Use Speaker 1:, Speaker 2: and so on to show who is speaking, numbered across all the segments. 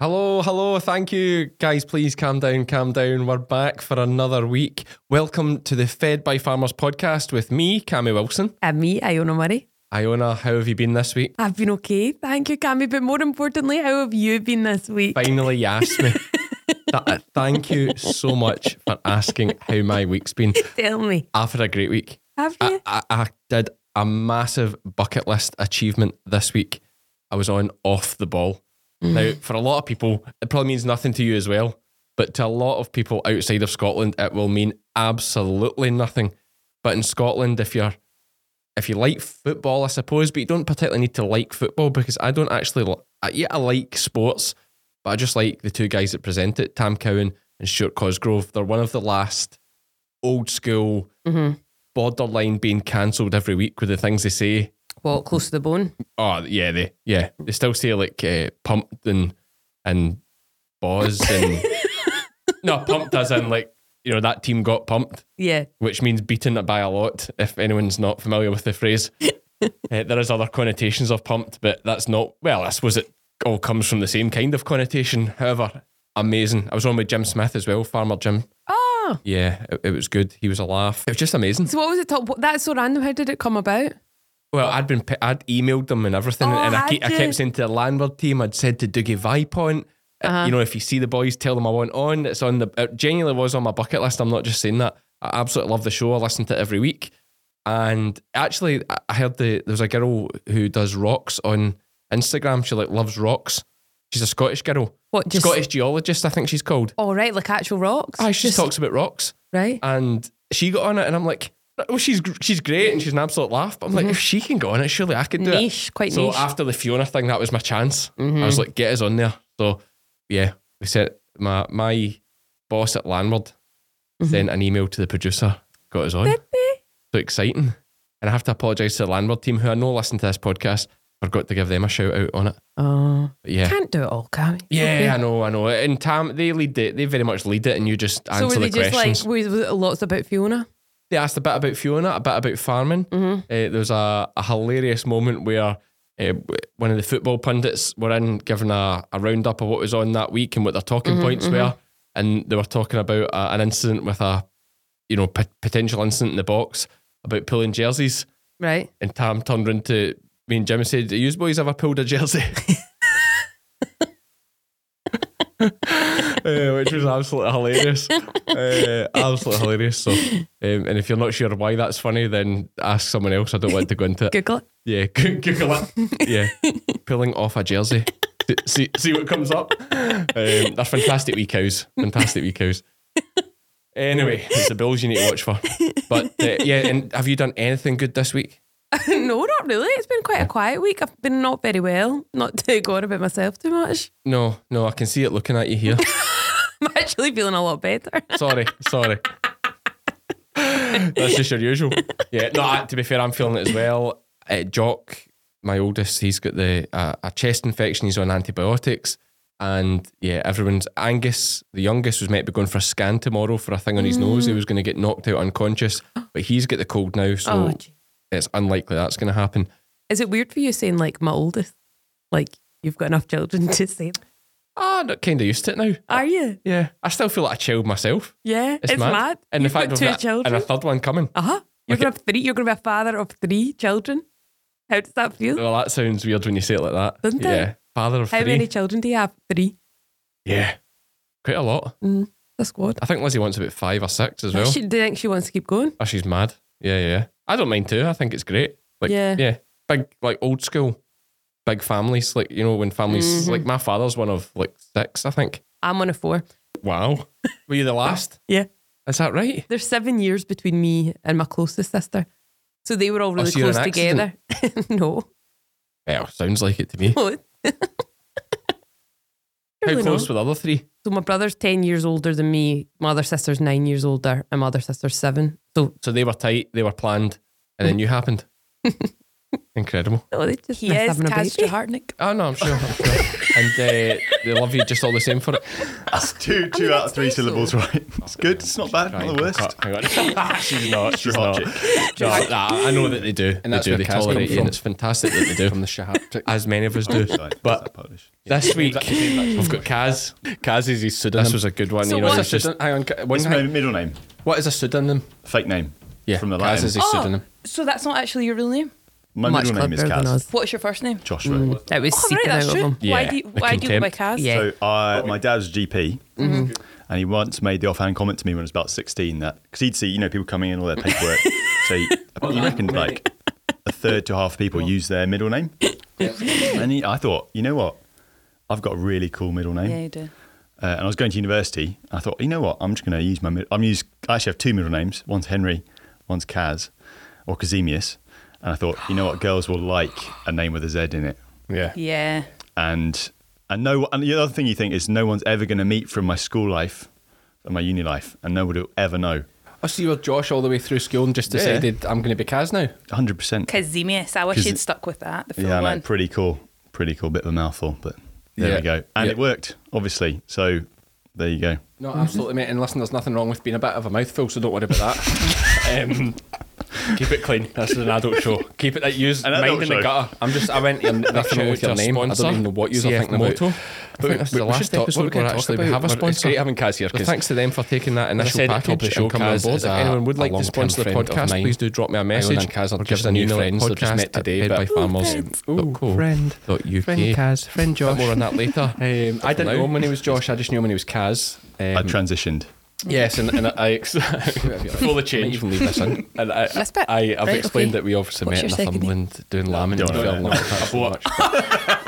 Speaker 1: Hello, hello. Thank you, guys. Please calm down, calm down. We're back for another week. Welcome to the Fed by Farmers podcast with me, Cammy Wilson.
Speaker 2: And me, Iona Murray.
Speaker 1: Iona, how have you been this week?
Speaker 2: I've been okay, thank you, Cammy. But more importantly, how have you been this week?
Speaker 1: Finally, you asked me. Th- uh, Thank you so much for asking how my week's been.
Speaker 2: Tell me,
Speaker 1: I've had a great week.
Speaker 2: have you?
Speaker 1: I, I, I did a massive bucket list achievement this week. I was on off the ball.
Speaker 2: Mm.
Speaker 1: Now, for a lot of people, it probably means nothing to you as well, but to a lot of people outside of Scotland, it will mean absolutely nothing. But in Scotland, if you're if you like football, I suppose, but you don't particularly need to like football because I don't actually. li- I- Yeah, I like sports, but I just like the two guys that present it, Tam Cowan and Stuart Cosgrove. They're one of the last old school borderline being cancelled every week with the things they say.
Speaker 2: What, close to the bone?
Speaker 1: Oh yeah, they yeah they still say like uh, pumped and and boz and no pumped as in like you know that team got pumped,
Speaker 2: Yeah.
Speaker 1: which means beaten by a lot. If anyone's not familiar with the phrase, Uh, there is other connotations of pumped, but that's not well. I suppose it all comes from the same kind of connotation. However, amazing. I was on with Jim Smith as well, Farmer Jim.
Speaker 2: Oh,
Speaker 1: Yeah, it, it was good. He was a laugh. It was just amazing.
Speaker 2: so what was the top? what- That's so random. How did it come about?
Speaker 1: Well, I'd been pi- I'd emailed them and everything,
Speaker 2: Oh,
Speaker 1: and I,
Speaker 2: had
Speaker 1: keep, I
Speaker 2: you?
Speaker 1: kept saying to the landlord team, I'd said to Dougie Vipont, uh,
Speaker 2: Uh-huh.
Speaker 1: you know, if you see the boys, tell them I want on. It's on the it genuinely was on my bucket list. I'm not just saying that. I absolutely love the show. I listen to it every week, and actually, I- I heard the there's a girl who does rocks on Instagram. She like loves rocks. She's a Scottish girl,
Speaker 2: What, just. Oh,
Speaker 1: Scottish geologist, I think she's called.
Speaker 2: All right, like actual rocks?
Speaker 1: Ah, she just talks about rocks
Speaker 2: Right.
Speaker 1: and she got on it, and I'm like, well, she's she's great and she's an absolute laugh. But I'm like, if she can go on it, surely I can do
Speaker 2: Mm-hmm. Niche,
Speaker 1: it.
Speaker 2: quite
Speaker 1: so
Speaker 2: niche. Mm-hmm.
Speaker 1: after the Fiona thing, that was my chance. I was like, get us on there. So yeah, we sent my my boss at Landward
Speaker 2: Mm-hmm.
Speaker 1: sent an email to the producer, got us on. So exciting. And I have to apologise to the Landward team who I know listen to this podcast. Forgot to give them a shout out on it.
Speaker 2: Oh.
Speaker 1: But yeah.
Speaker 2: Can't do it all, Cammy.
Speaker 1: yeah, I know, I know. And Tam, they lead it. They very much lead it, and you just
Speaker 2: So
Speaker 1: answer
Speaker 2: were they
Speaker 1: the
Speaker 2: just
Speaker 1: questions.
Speaker 2: like, was, was it lots about Fiona?
Speaker 1: they asked a bit about Fiona, a bit about farming. Uh, there was a, a hilarious moment where uh, one of the football pundits were in giving a, a roundup of what was on that week and what their talking points were, and they were talking about uh, an incident with a, you know, pot- potential incident in the box about pulling jerseys,
Speaker 2: Right.
Speaker 1: and Tam turned round to me and Jim and said, "Do you boys ever pulled a jersey?" Uh, which was absolutely hilarious. Uh, absolutely hilarious. So, um, and if you're not sure why that's funny, then ask someone else. I don't want to go into it.
Speaker 2: Google it.
Speaker 1: Yeah, go- Google it. Yeah, pulling off a jersey. See, see what comes up. Um, they're fantastic wee cows. Fantastic wee cows. Anyway, it's the bills you need to watch for. But uh, yeah, and have you done anything good this week?
Speaker 2: no, not really. It's been quite a quiet week. I've been not very well. Not to go on about myself too much.
Speaker 1: No, no, I can see it looking at you here.
Speaker 2: I'm actually feeling a lot better.
Speaker 1: Sorry, sorry. That's just your usual. Yeah, no, I, to be fair, I'm feeling it as well. Uh, Jock, my oldest, he's got the uh, a chest infection. He's on antibiotics. And yeah, everyone's Angus, the youngest, was meant to be going for a scan tomorrow for a thing on his
Speaker 2: Mm.
Speaker 1: nose. He was going to get knocked out unconscious, but he's got the cold now, so
Speaker 2: Oh, gee.
Speaker 1: it's unlikely that's going to happen.
Speaker 2: Is it weird for you saying like my oldest? Like you've got enough children to say.
Speaker 1: Ah, I'm kind of used to it now.
Speaker 2: Are you?
Speaker 1: Yeah, I still feel like a child myself.
Speaker 2: Yeah, it's, mad.
Speaker 1: And
Speaker 2: You've
Speaker 1: the fact
Speaker 2: got
Speaker 1: of
Speaker 2: two
Speaker 1: that-
Speaker 2: children.
Speaker 1: and a third one coming.
Speaker 2: uh huh. You're
Speaker 1: Like
Speaker 2: gonna have three. You're gonna be a father of three children. How does that feel?
Speaker 1: Well, that sounds weird when you say it like that.
Speaker 2: Doesn't it?
Speaker 1: yeah. Father of
Speaker 2: How
Speaker 1: three.
Speaker 2: many children do you have? Three.
Speaker 1: Yeah. Quite a lot.
Speaker 2: The squad.
Speaker 1: I think Lizzie wants about five or six as
Speaker 2: Does
Speaker 1: well.
Speaker 2: Mm. She, do you think she wants to keep going?
Speaker 1: Oh, she's mad. Yeah, yeah. I don't mind too. I think it's great. Like,
Speaker 2: Yeah.
Speaker 1: yeah. Big, like old school, big families. Like, you know, when families,
Speaker 2: Mm-hmm.
Speaker 1: like my father's one of like six, I think.
Speaker 2: I'm on a four.
Speaker 1: Wow. Were you the last?
Speaker 2: Yeah.
Speaker 1: Is that right?
Speaker 2: There's seven years between me and my closest sister. So they were all really
Speaker 1: Oh, so you're an
Speaker 2: close together. no.
Speaker 1: Well, sounds like it to me.
Speaker 2: Surely
Speaker 1: How
Speaker 2: not.
Speaker 1: close were the other three?
Speaker 2: So my brother's 10 years older than me. My other sister's nine years older and my other sister's seven. So
Speaker 1: So they were tight, they were planned, and then you happened. Incredible.
Speaker 2: no, Oh, they just
Speaker 3: He
Speaker 2: missed
Speaker 3: is
Speaker 2: having a baby.
Speaker 3: Kaz Hartnick.
Speaker 1: Oh, no, I'm sure. I'm sure. and uh, they love you just all the same for it.
Speaker 3: That's two, two out of three syllables, right? It's good. It's not bad. Not the worst.
Speaker 1: Hang on. she's not. She's
Speaker 3: hot
Speaker 1: not. No, I, nah, I know that they do.
Speaker 4: And
Speaker 1: they
Speaker 4: that's
Speaker 1: do.
Speaker 4: where
Speaker 1: They
Speaker 4: Kaz
Speaker 1: tolerate
Speaker 4: come
Speaker 1: you, and
Speaker 4: from.
Speaker 1: it's fantastic that they do.
Speaker 4: from the Shahaptik.
Speaker 1: As many of us do.
Speaker 3: Sorry, is
Speaker 1: But
Speaker 3: that Polish?
Speaker 1: this week,
Speaker 3: actually-
Speaker 1: we've got Kaz.
Speaker 4: Kaz is his pseudonym.
Speaker 1: This was a good one.
Speaker 2: So
Speaker 1: you know,
Speaker 2: what-
Speaker 1: it's just,
Speaker 4: Pseudon- hang on, Ka- one
Speaker 3: It's
Speaker 4: hang-
Speaker 3: my middle name,
Speaker 4: what is a pseudonym?
Speaker 3: fake name.
Speaker 1: yeah,
Speaker 3: from the
Speaker 1: Kaz
Speaker 3: Latin.
Speaker 1: is his
Speaker 2: Oh,
Speaker 1: pseudonym.
Speaker 2: so that's not actually your real name.
Speaker 3: My middle name is Kaz.
Speaker 2: What's your first name?
Speaker 3: Joshua.
Speaker 5: That was
Speaker 2: Oh, right,
Speaker 5: secret out
Speaker 2: that's
Speaker 5: of
Speaker 2: true.
Speaker 5: them.
Speaker 2: Why
Speaker 1: Yeah,
Speaker 2: do you,
Speaker 1: the
Speaker 2: why do you go by Kaz?
Speaker 5: contempt. Yeah.
Speaker 3: So
Speaker 1: Oh,
Speaker 3: I, my dad's GP, and he once made the offhand comment to me when I was about sixteen that because he'd see you know people coming in all their paperwork, so he, he reckoned like a third to half of people use their middle name, and he, I thought you know what, I've got a really cool middle name,
Speaker 2: Yeah, you do.
Speaker 3: uh, and I was going to university. I thought you know what, I'm just going to use my mid- I'm use I actually have two middle names, one's Henry, one's Kaz, or Kazemius, and I thought you know what, girls will like a name with a Z in it
Speaker 4: Yeah.
Speaker 2: Yeah.
Speaker 3: and and no and the other thing you think is no one's ever going to meet from my school life and my uni life and nobody will ever know
Speaker 4: I see you were Josh all the way through school and just decided I'm going to be Kaz now.
Speaker 3: 100%
Speaker 2: Kazimius. I wish
Speaker 3: Kaz-
Speaker 2: you'd stuck with that. The full
Speaker 3: yeah
Speaker 2: one.
Speaker 3: no, pretty cool pretty cool bit of a mouthful but there
Speaker 4: Yeah.
Speaker 3: we go and
Speaker 4: Yeah.
Speaker 3: it worked obviously so there you go
Speaker 4: No,
Speaker 1: Mm-hmm.
Speaker 4: absolutely, mate. And listen, there's nothing wrong with being a bit of a mouthful, so don't worry about that.
Speaker 1: Um, keep it clean. This is an adult show. Keep it. Use
Speaker 3: An
Speaker 1: mind
Speaker 3: adult
Speaker 1: in
Speaker 3: show.
Speaker 1: the gutter.
Speaker 4: I'm just, I went in
Speaker 1: Shout
Speaker 4: nothing wrong
Speaker 1: out
Speaker 4: with
Speaker 1: to
Speaker 4: your
Speaker 1: our
Speaker 4: name.
Speaker 1: sponsor,
Speaker 4: I don't even know what you're
Speaker 1: CF
Speaker 4: thinking
Speaker 1: Moto.
Speaker 4: about.
Speaker 1: I think this is the last episode we're going to actually have a
Speaker 4: It's
Speaker 1: sponsor.
Speaker 4: great having Kaz here
Speaker 1: So
Speaker 4: because
Speaker 1: thanks to them for taking that
Speaker 4: I
Speaker 1: initial
Speaker 4: said it
Speaker 1: package
Speaker 4: probably should
Speaker 1: and coming on
Speaker 4: Kaz
Speaker 1: board.
Speaker 4: is
Speaker 1: If
Speaker 4: a-
Speaker 1: anyone would
Speaker 4: a
Speaker 1: like to
Speaker 4: long-term
Speaker 1: sponsor the
Speaker 4: friend of
Speaker 1: podcast,
Speaker 4: mine.
Speaker 1: please do drop me a message.
Speaker 4: and Kaz are
Speaker 1: or
Speaker 4: just
Speaker 1: give us an
Speaker 4: new
Speaker 1: email at
Speaker 4: friends. They're just
Speaker 1: podcast
Speaker 4: met
Speaker 1: at
Speaker 4: today,
Speaker 1: fed by
Speaker 4: but-
Speaker 1: farmers.
Speaker 2: friends.
Speaker 1: dot co
Speaker 4: friend.
Speaker 1: dot UK.
Speaker 4: Friend Kaz, friend Josh.
Speaker 1: Bit more on that later.
Speaker 4: Um, I didn't
Speaker 1: Hello.
Speaker 4: know him when he was Josh. I just knew him when he was Kaz.
Speaker 3: i
Speaker 4: Um,
Speaker 3: transitioned
Speaker 4: yes, and, and I ex- before the change, even leave this in. And I,
Speaker 2: This bit?
Speaker 4: I, I've
Speaker 2: Right,
Speaker 4: explained
Speaker 2: okay.
Speaker 4: that we obviously
Speaker 2: What's your
Speaker 4: met in
Speaker 2: second
Speaker 4: Northumberland doing lambing.
Speaker 3: Don't know.
Speaker 4: I bought.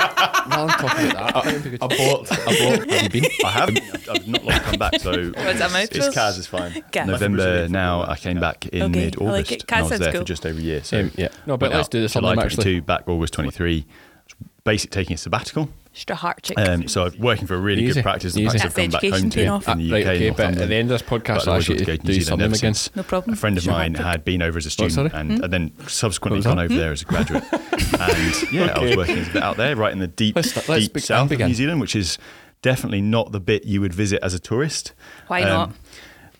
Speaker 4: While I'm talking about that, I bought. I bought. Have you been?
Speaker 3: i haven't i've not long come back so
Speaker 2: that mouthful?
Speaker 3: it's Kaz is fine
Speaker 2: Kaz.
Speaker 3: november now i came back in
Speaker 2: Okay, I like
Speaker 3: mid-august
Speaker 2: it. Kaz
Speaker 3: and i was
Speaker 2: sounds
Speaker 3: there
Speaker 2: cool.
Speaker 3: for just over a year so
Speaker 4: Um, yeah. No, but
Speaker 3: Went
Speaker 4: let's
Speaker 3: out
Speaker 4: do this on
Speaker 3: July
Speaker 4: them actually.
Speaker 3: 22, back August 23. Basic taking a sabbatical.
Speaker 2: Straharchik.
Speaker 3: Um, so I'm working for a really
Speaker 4: Easy.
Speaker 3: good practice.
Speaker 4: Easy.
Speaker 3: The practice
Speaker 2: That's
Speaker 3: I've come back
Speaker 2: education paying
Speaker 3: home
Speaker 2: off.
Speaker 3: to in the UK.
Speaker 4: Right, okay,
Speaker 3: in
Speaker 4: but at the
Speaker 3: Northumberland.
Speaker 4: end of this
Speaker 3: But I'd
Speaker 4: podcast, I
Speaker 3: always
Speaker 4: actually
Speaker 3: wanted
Speaker 4: you
Speaker 3: to go
Speaker 4: to
Speaker 3: to New
Speaker 4: do
Speaker 3: Zealand
Speaker 4: something
Speaker 3: ever
Speaker 4: again.
Speaker 3: since.
Speaker 2: No problem.
Speaker 3: A friend of
Speaker 2: Sure.
Speaker 3: mine had been over as a
Speaker 4: sorry? Hmm?
Speaker 3: student and, and then subsequently
Speaker 4: What was Hmm?
Speaker 3: gone over there as a graduate. and yeah, I was working as a bit out there, right in the deep,
Speaker 4: Let's- let's
Speaker 3: deep
Speaker 4: be-
Speaker 3: south of
Speaker 4: begin.
Speaker 3: New Zealand, which is definitely not the bit you would visit as a tourist.
Speaker 2: Why
Speaker 3: Um,
Speaker 2: not?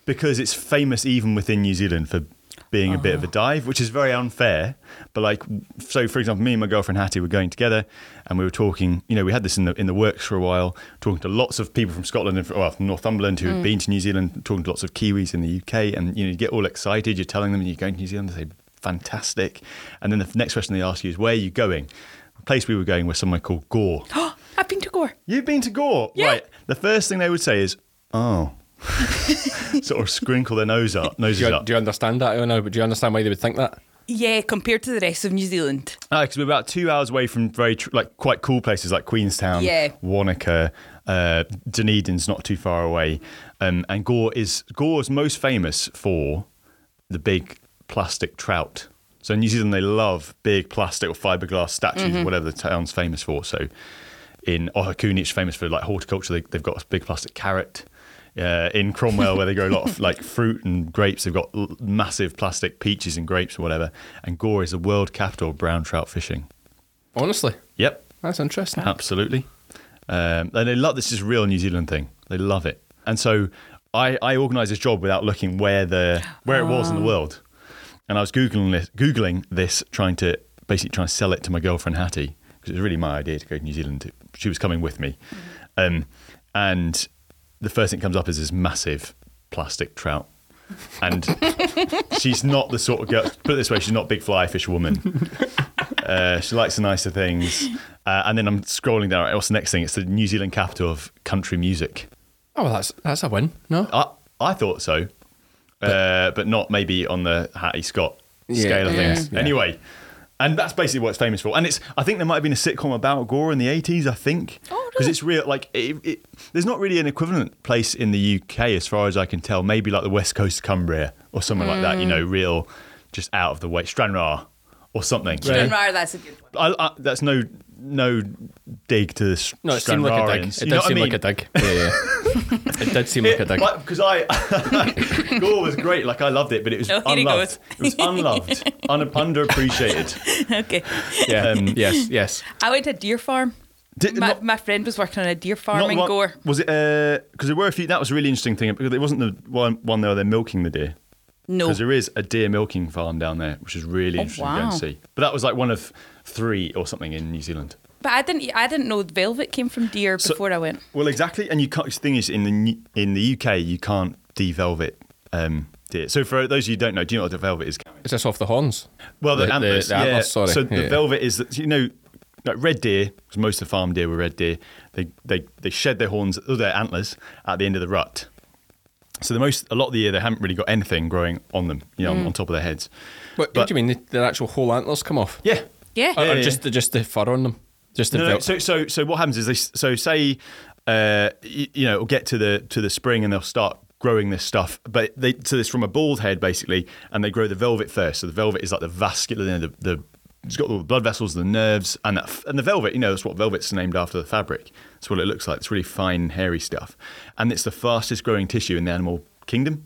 Speaker 3: Because it's famous even within New Zealand for being a bit of a dive, which is very unfair. But like, so for example, me and my girlfriend Hattie were going together, and we were talking. You know, we had this in the in the works for a while, talking to lots of people from Scotland and from, well, from Northumberland who had been to New Zealand, talking to lots of Kiwis in the UK, and you know, you get all excited. You're telling them you're going to New Zealand. They say fantastic, and then the next question they ask you is, "Where are you going?" The place we were going was somewhere called Gore.
Speaker 2: I've been to Gore.
Speaker 3: You've been to Gore,
Speaker 2: Yeah.
Speaker 3: right? The first thing they would say is, "Oh," sort of scrinkle their nose up,
Speaker 4: Do
Speaker 3: noses
Speaker 4: you,
Speaker 3: up.
Speaker 4: do you understand that? I don't know, but do you understand why they would think that?
Speaker 2: Yeah, compared to the rest of New Zealand.
Speaker 3: Because Ah, we're about two hours away from very tr- like quite cool places like Queenstown,
Speaker 2: Yeah.
Speaker 3: Wanaka, uh, Dunedin's not too far away, um, and Gore is Gore's most famous for the big plastic trout. So in New Zealand, they love big plastic or fiberglass statues, whatever the town's famous for. So in Ohakuni, it's famous for like horticulture. They, they've got a big plastic carrot. Uh, in Cromwell, where they grow a lot of like fruit and grapes, they've got l- massive plastic peaches and grapes or whatever. And Gore is the world capital of brown trout fishing.
Speaker 4: Honestly,
Speaker 3: Yep,
Speaker 4: that's interesting.
Speaker 3: absolutely. Um, and they love this is a real New Zealand thing. They love it. And so I, I organised this job without looking where the where it was in the world. And I was googling this, googling this, trying to basically try and sell it to my girlfriend Hattie because it was really my idea to go to New Zealand. She was coming with me, um, and the first thing that comes up is this massive plastic trout. And she's not the sort of girl. Put it this way, she's not a big fly fish woman. Uh, she likes the nicer things. Uh, and then I'm scrolling down. Right, What's the next thing? It's the New Zealand capital of country music.
Speaker 4: Oh, well, that's that's a win. No,
Speaker 3: I I thought so, uh, but not maybe on the Hattie Scott
Speaker 4: Yeah.
Speaker 3: scale of
Speaker 4: Yeah.
Speaker 3: things.
Speaker 4: Yeah.
Speaker 3: Anyway, and that's basically what it's famous for. And it's I think there might have been a sitcom about Gore in the eighties. I think because
Speaker 2: Oh,
Speaker 3: it's real. Like it, it, there's not really an equivalent place in the UK as far as I can tell. Maybe like the West Coast of Cumbria or somewhere like
Speaker 4: Mm.
Speaker 3: that. You know, real just out of the way Stranraer or something.
Speaker 4: Right.
Speaker 2: Dunrar, oh, that's a good one.
Speaker 3: I, I, that's no no dig to the
Speaker 4: no, it seemed like a dig. It did seem like a dig. Yeah, yeah. it did seem like a dig.
Speaker 3: Because I, Gore was great. Like I loved it, but it was
Speaker 2: Oh, here he
Speaker 3: unloved. It was unloved, un- underappreciated.
Speaker 2: Okay.
Speaker 4: Um, Yeah. yes. Yes.
Speaker 2: I went to Deer Farm.
Speaker 3: Did,
Speaker 5: My,
Speaker 3: not-
Speaker 5: my friend was working on a deer farm
Speaker 3: not
Speaker 5: in
Speaker 3: one-
Speaker 5: Gore.
Speaker 3: Was it? Because there were a few. That was a really interesting thing because it wasn't the one one there. They're milking the deer.
Speaker 5: No.
Speaker 3: Because there is a deer milking farm down there, which is really
Speaker 5: Oh,
Speaker 3: interesting to go and
Speaker 5: wow.
Speaker 3: see. But that was like one of three or something in New Zealand.
Speaker 5: But I didn't. I didn't know velvet came from deer before I went.
Speaker 3: Well, exactly. And you can't, the thing is, in the New- in the UK, you can't develvet um, deer. So for those of you who don't know, do you know what develvet is?
Speaker 1: Is this off the horns?
Speaker 3: Well, the,
Speaker 1: The- the-
Speaker 3: antlers.
Speaker 1: the
Speaker 3: yeah.
Speaker 1: antlers, sorry.
Speaker 3: So the
Speaker 1: Yeah.
Speaker 3: velvet is that you know, like red deer. 'cause most of the farm deer were red deer. They they they shed their horns, or their antlers, at the end of the rut. So the most a lot of the year they haven't really got anything growing on them, you know, on, on top of their heads.
Speaker 1: What,
Speaker 3: But-
Speaker 1: what do you mean? The, the actual whole antlers come off?
Speaker 3: Yeah.
Speaker 5: Yeah.
Speaker 1: Or, or
Speaker 3: yeah,
Speaker 1: just the just the fur on them? Just the
Speaker 3: No, no,
Speaker 1: vel-
Speaker 3: so so so what happens is they s- so say uh, you, you know it'll get to the to the spring and they'll start growing this stuff but they so this from a bald head basically and they grow the velvet first so the velvet is like the vascular you know, the, the it's got all the blood vessels the nerves and that f- and the velvet you know that's what velvet's named after the fabric that's what it looks like it's really fine hairy stuff and it's the fastest growing tissue in the animal kingdom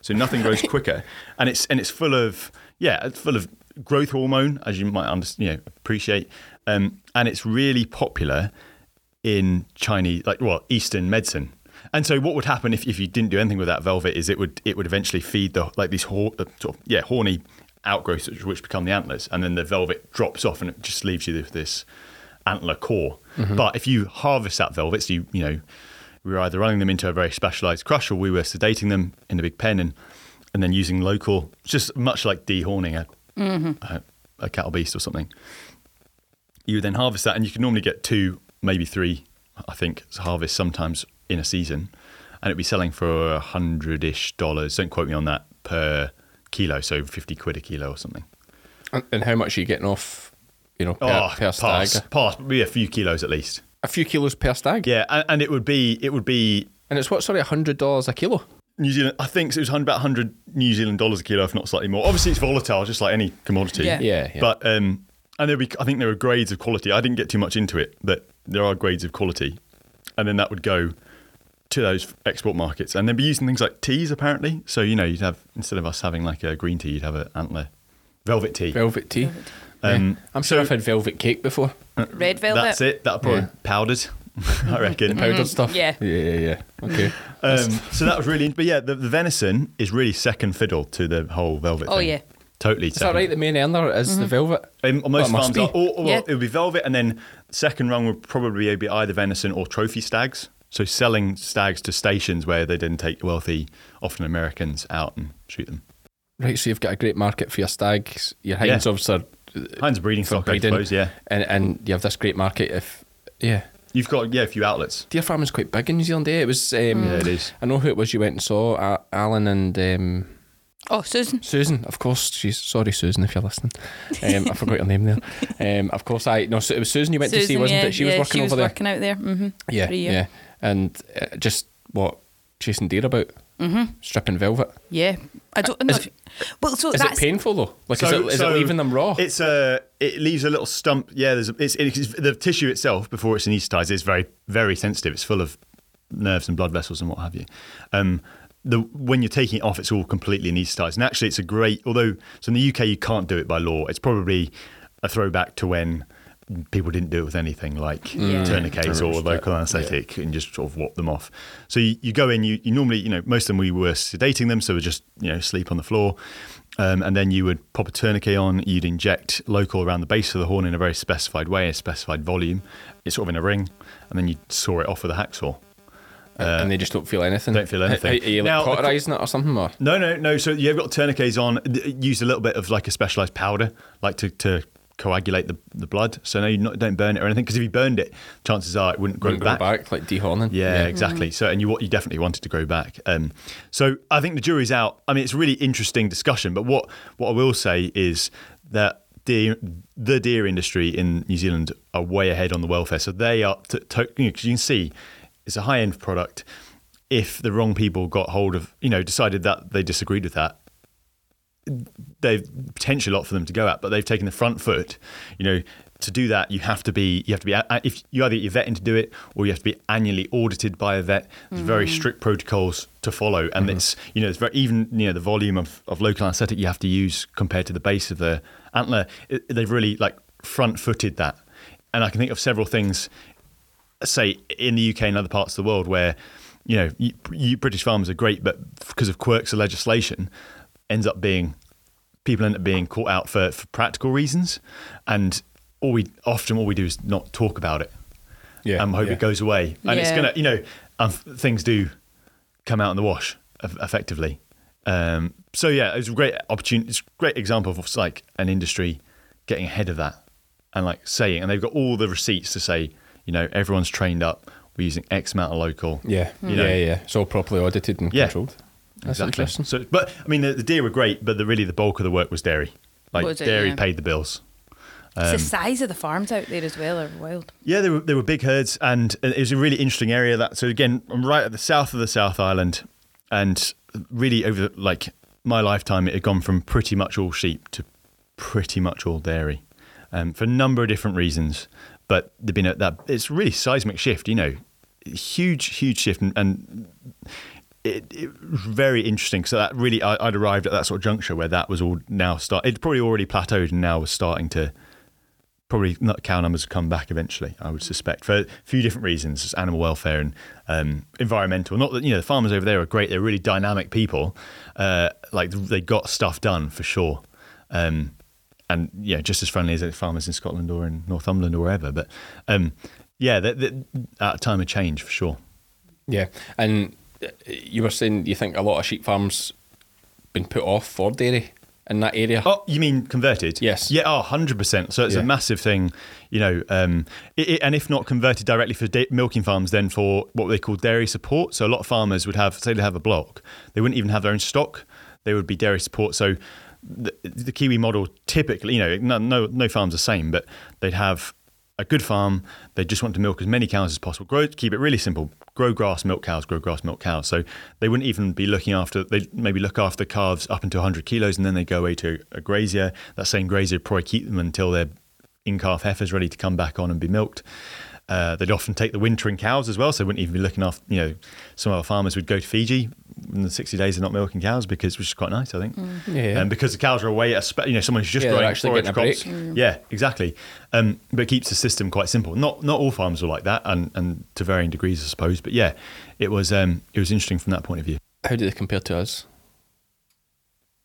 Speaker 3: so nothing grows quicker, and it's and it's full of yeah, it's full of growth hormone, as you might understand, you know, appreciate, um, and it's really popular in Chinese, like well, Eastern medicine. And so, what would happen if, if you didn't do anything with that velvet is it would it would eventually feed the like these hor- uh, sort of, yeah horny outgrowths which, which become the antlers, and then the velvet drops off and it just leaves you with this antler core.
Speaker 1: Mm-hmm.
Speaker 3: But if you harvest that velvet, so you you know we were either running them into a very specialized crush or we were sedating them in a big pen and and then using local just much like dehorning a,
Speaker 1: Mm-hmm.
Speaker 3: a, a cattle beast or something you would then harvest that and you can normally get two maybe three i think harvest sometimes in a season and it'd be selling for a hundred-ish dollars don't quote me on that per kilo so 50 quid a kilo or something
Speaker 1: and, and how much are you getting off? You know, per,
Speaker 3: oh
Speaker 1: per
Speaker 3: pass
Speaker 1: stag.
Speaker 3: pass be a few kilos at least
Speaker 1: A few kilos per stag.
Speaker 3: yeah and, and it would be it would be
Speaker 1: And it's what? Sorry, hundred dollars a kilo.
Speaker 3: New Zealand, I think it was hun- about 100 New Zealand dollars a kilo, if not slightly more. Obviously, it's volatile, just like any commodity.
Speaker 5: Yeah.
Speaker 1: Yeah, yeah.
Speaker 3: But um, and there be, I think there are grades of quality. I didn't get too much into it, but there are grades of quality, and then that would go to those export markets, and they'd be using things like teas apparently. So you know, you'd have instead of us having like a green tea, you'd have an antler velvet tea.
Speaker 1: Velvet tea.
Speaker 3: Um,
Speaker 1: I'm
Speaker 3: so
Speaker 1: sure I've had velvet cake before.
Speaker 5: Red velvet.
Speaker 3: That's it. That'll probably
Speaker 1: Yeah.
Speaker 3: powdered, I reckon.
Speaker 1: Powdered stuff.
Speaker 5: yeah.
Speaker 1: Yeah, yeah, yeah. Okay.
Speaker 3: Um, so that was really, but yeah, the, the venison is really second fiddle to the whole velvet.
Speaker 5: Oh,
Speaker 3: thing.
Speaker 5: yeah.
Speaker 3: totally.
Speaker 1: Is that right? The main antler is the velvet.
Speaker 3: Um, on most
Speaker 1: Well, it
Speaker 3: farms,
Speaker 1: must
Speaker 3: are,
Speaker 1: be.
Speaker 3: or, or well,
Speaker 5: Yeah.
Speaker 3: it would be velvet, and then second rung would probably be either venison or trophy stags. So selling stags to stations where they didn't take wealthy, often Americans, out and shoot them.
Speaker 1: Right, so you've got a great market for your stags. Your hinds
Speaker 3: Yeah.
Speaker 1: obviously are
Speaker 3: Heinz breeding
Speaker 1: for
Speaker 3: stock,
Speaker 1: Uh, breeding,
Speaker 3: I suppose. Yeah,
Speaker 1: and and you have this great market if yeah.
Speaker 3: you've got yeah a few outlets.
Speaker 1: Deer farming's quite big in New Zealand. Eh? It was um,
Speaker 3: Yeah, it is.
Speaker 1: I know who it was you went and saw uh, Alan and um,
Speaker 5: Oh, Susan.
Speaker 1: Susan, of course. She's sorry, Susan, if you're listening. Um, I forgot your name there. Um, of course, I no. So it was Susan you went to see,
Speaker 5: Susan,
Speaker 1: wasn't
Speaker 5: yeah,
Speaker 1: it? She
Speaker 5: yeah,
Speaker 1: was working
Speaker 5: she was
Speaker 1: over
Speaker 5: working out there. hmm
Speaker 1: there. Yeah, yeah. And uh, just what chasing deer about, mm-hmm. stripping velvet.
Speaker 5: Yeah. I don't know.
Speaker 1: Is-
Speaker 5: if- Well, so
Speaker 1: Is
Speaker 5: that's
Speaker 1: it painful though? Like, is, it, is it leaving them raw?
Speaker 3: It's a it leaves a little stump. Yeah, there's a, it's, it's the tissue itself before it's anesthetized is very very sensitive. It's full of nerves and blood vessels and what have you. Um, the when you're taking it off, it's all completely anesthetized. And actually, it's a great. Although so in the UK you can't do it by law. It's probably a throwback to when people didn't do it with anything like
Speaker 5: Yeah.
Speaker 3: tourniquets or local anaesthetic and just sort of wop them off. So you, you go in, you, you normally, you know, most of them we were sedating them, so we just, you know, sleep on the floor. Um, and then you would pop a tourniquet on, you'd inject local around the base of the horn in a very specified way, a specified volume. It's sort of in a ring, and then you saw it off with a hacksaw.
Speaker 1: and they just don't feel anything.
Speaker 3: don't feel anything.
Speaker 1: Are, are you like
Speaker 3: Now, the-
Speaker 1: cauterizing it or something? Or?
Speaker 3: No, no, no. So you've got tourniquets on. th- Use a little bit of like a specialized powder, like to, to coagulate the, the blood. So no, you not, don't burn it or anything, because if you burned it, chances are it wouldn't grow
Speaker 1: Wouldn't
Speaker 3: back.
Speaker 1: grow back like dehorning.
Speaker 3: Yeah, exactly. So, and you what you definitely wanted to grow back. Um, so I think the jury's out. I mean, it's a really interesting discussion. But what what I will say is that deer, the deer industry in New Zealand are way ahead on the welfare. So they are t- to, you, know, 'cause you can see it's a high end product. If the wrong people got hold of, you know, decided that they disagreed with that, they've potentially a lot for them to go at, but they've taken the front foot. You know, to do that, you have to be you have to be a- if you either get your vet in to do it, or you have to be annually audited by a vet. There's very strict protocols to follow, and it's you know it's very even you know the volume of, of local anaesthetic you have to use compared to the base of the antler. It, they've really like front footed that, and I can think of several things say in the UK and other parts of the world where you know you, you, British farmers are great, but because of quirks of legislation, ends up being people end up being caught out for, for practical reasons, and all we often all we do is not talk about it.
Speaker 4: Yeah,
Speaker 3: and hope
Speaker 4: yeah.
Speaker 3: it goes away. And it's
Speaker 5: Yeah.
Speaker 3: gonna, you know, um, things do come out in the wash eff- effectively. Um, so yeah, it was a great opportunity. It's a great example of like an industry getting ahead of that and like saying, and they've got all the receipts to say, you know, everyone's trained up. We're using X amount of local.
Speaker 4: Yeah,
Speaker 3: You know.
Speaker 4: yeah, yeah. It's all properly audited and
Speaker 3: Yeah.
Speaker 4: controlled. That's
Speaker 3: exactly.
Speaker 4: interesting.
Speaker 3: So, but I mean, the, the deer were great, but the, really the bulk of the work was dairy. Like
Speaker 5: Was it?
Speaker 3: dairy
Speaker 5: Yeah.
Speaker 3: paid the bills.
Speaker 5: It's the size of the farms out there as well are wild.
Speaker 3: Yeah, there were, there were big herds, and it was a really interesting area. That so again, I'm right at the south of the South Island, and really over like my lifetime, it had gone from pretty much all sheep to pretty much all dairy, um, for a number of different reasons. But there'd been a, that it's really seismic shift, you know, huge, huge shift, and, and it, it was very interesting. So that really, I, I'd arrived at that sort of juncture where that was all now start. It probably already plateaued and now was starting to probably not cow numbers will come back eventually. I would suspect for a few different reasons, it's animal welfare and um, environmental. Not that you know the farmers over there are great; they're really dynamic people. Uh, like they got stuff done for sure, um, and yeah, just as friendly as the farmers in Scotland or in Northumberland or wherever. But um, yeah, that that at a time of change for sure.
Speaker 1: Yeah, and uh, you were saying you think a lot of sheep farms been put off for dairy in that area.
Speaker 3: Oh, you mean converted?
Speaker 1: Yes.
Speaker 3: Yeah, oh, 100%. So it's
Speaker 1: Yeah.
Speaker 3: a massive thing, you know, um, it, it- and if not converted directly for da- milking farms, then for what they call dairy support. So a lot of farmers would have, say they have a block, they wouldn't even have their own stock. They would be dairy support. So the, the Kiwi model typically, you know, no, no, no farm's the same, but they'd have a good farm. They just want to milk as many cows as possible. Grow, keep it really simple. Grow grass, milk cows. Grow grass, milk cows. So they wouldn't even be looking after. They maybe look after the calves up until 100 kilos, and then they go away to a grazier. That same grazier would probably keep them until they're in calf heifers ready to come back on and be milked. Uh, they'd often take the wintering cows as well, so they wouldn't even be looking after. You know, some of our farmers would go to Fiji in the 60 days of not milking cows because, which is quite nice, I think.
Speaker 1: Yeah.
Speaker 3: And Um, because the cows are away, at a spe- you know, someone's just
Speaker 1: Yeah, they're
Speaker 3: growing
Speaker 1: actually
Speaker 3: forage
Speaker 1: getting a
Speaker 3: crops.
Speaker 1: break. Mm.
Speaker 3: Yeah, exactly. Um, but it keeps the system quite simple. Not not all farms were like that, and, and to varying degrees, I suppose. But yeah, it was um, it was interesting from that point of view.
Speaker 1: How do they compare to us?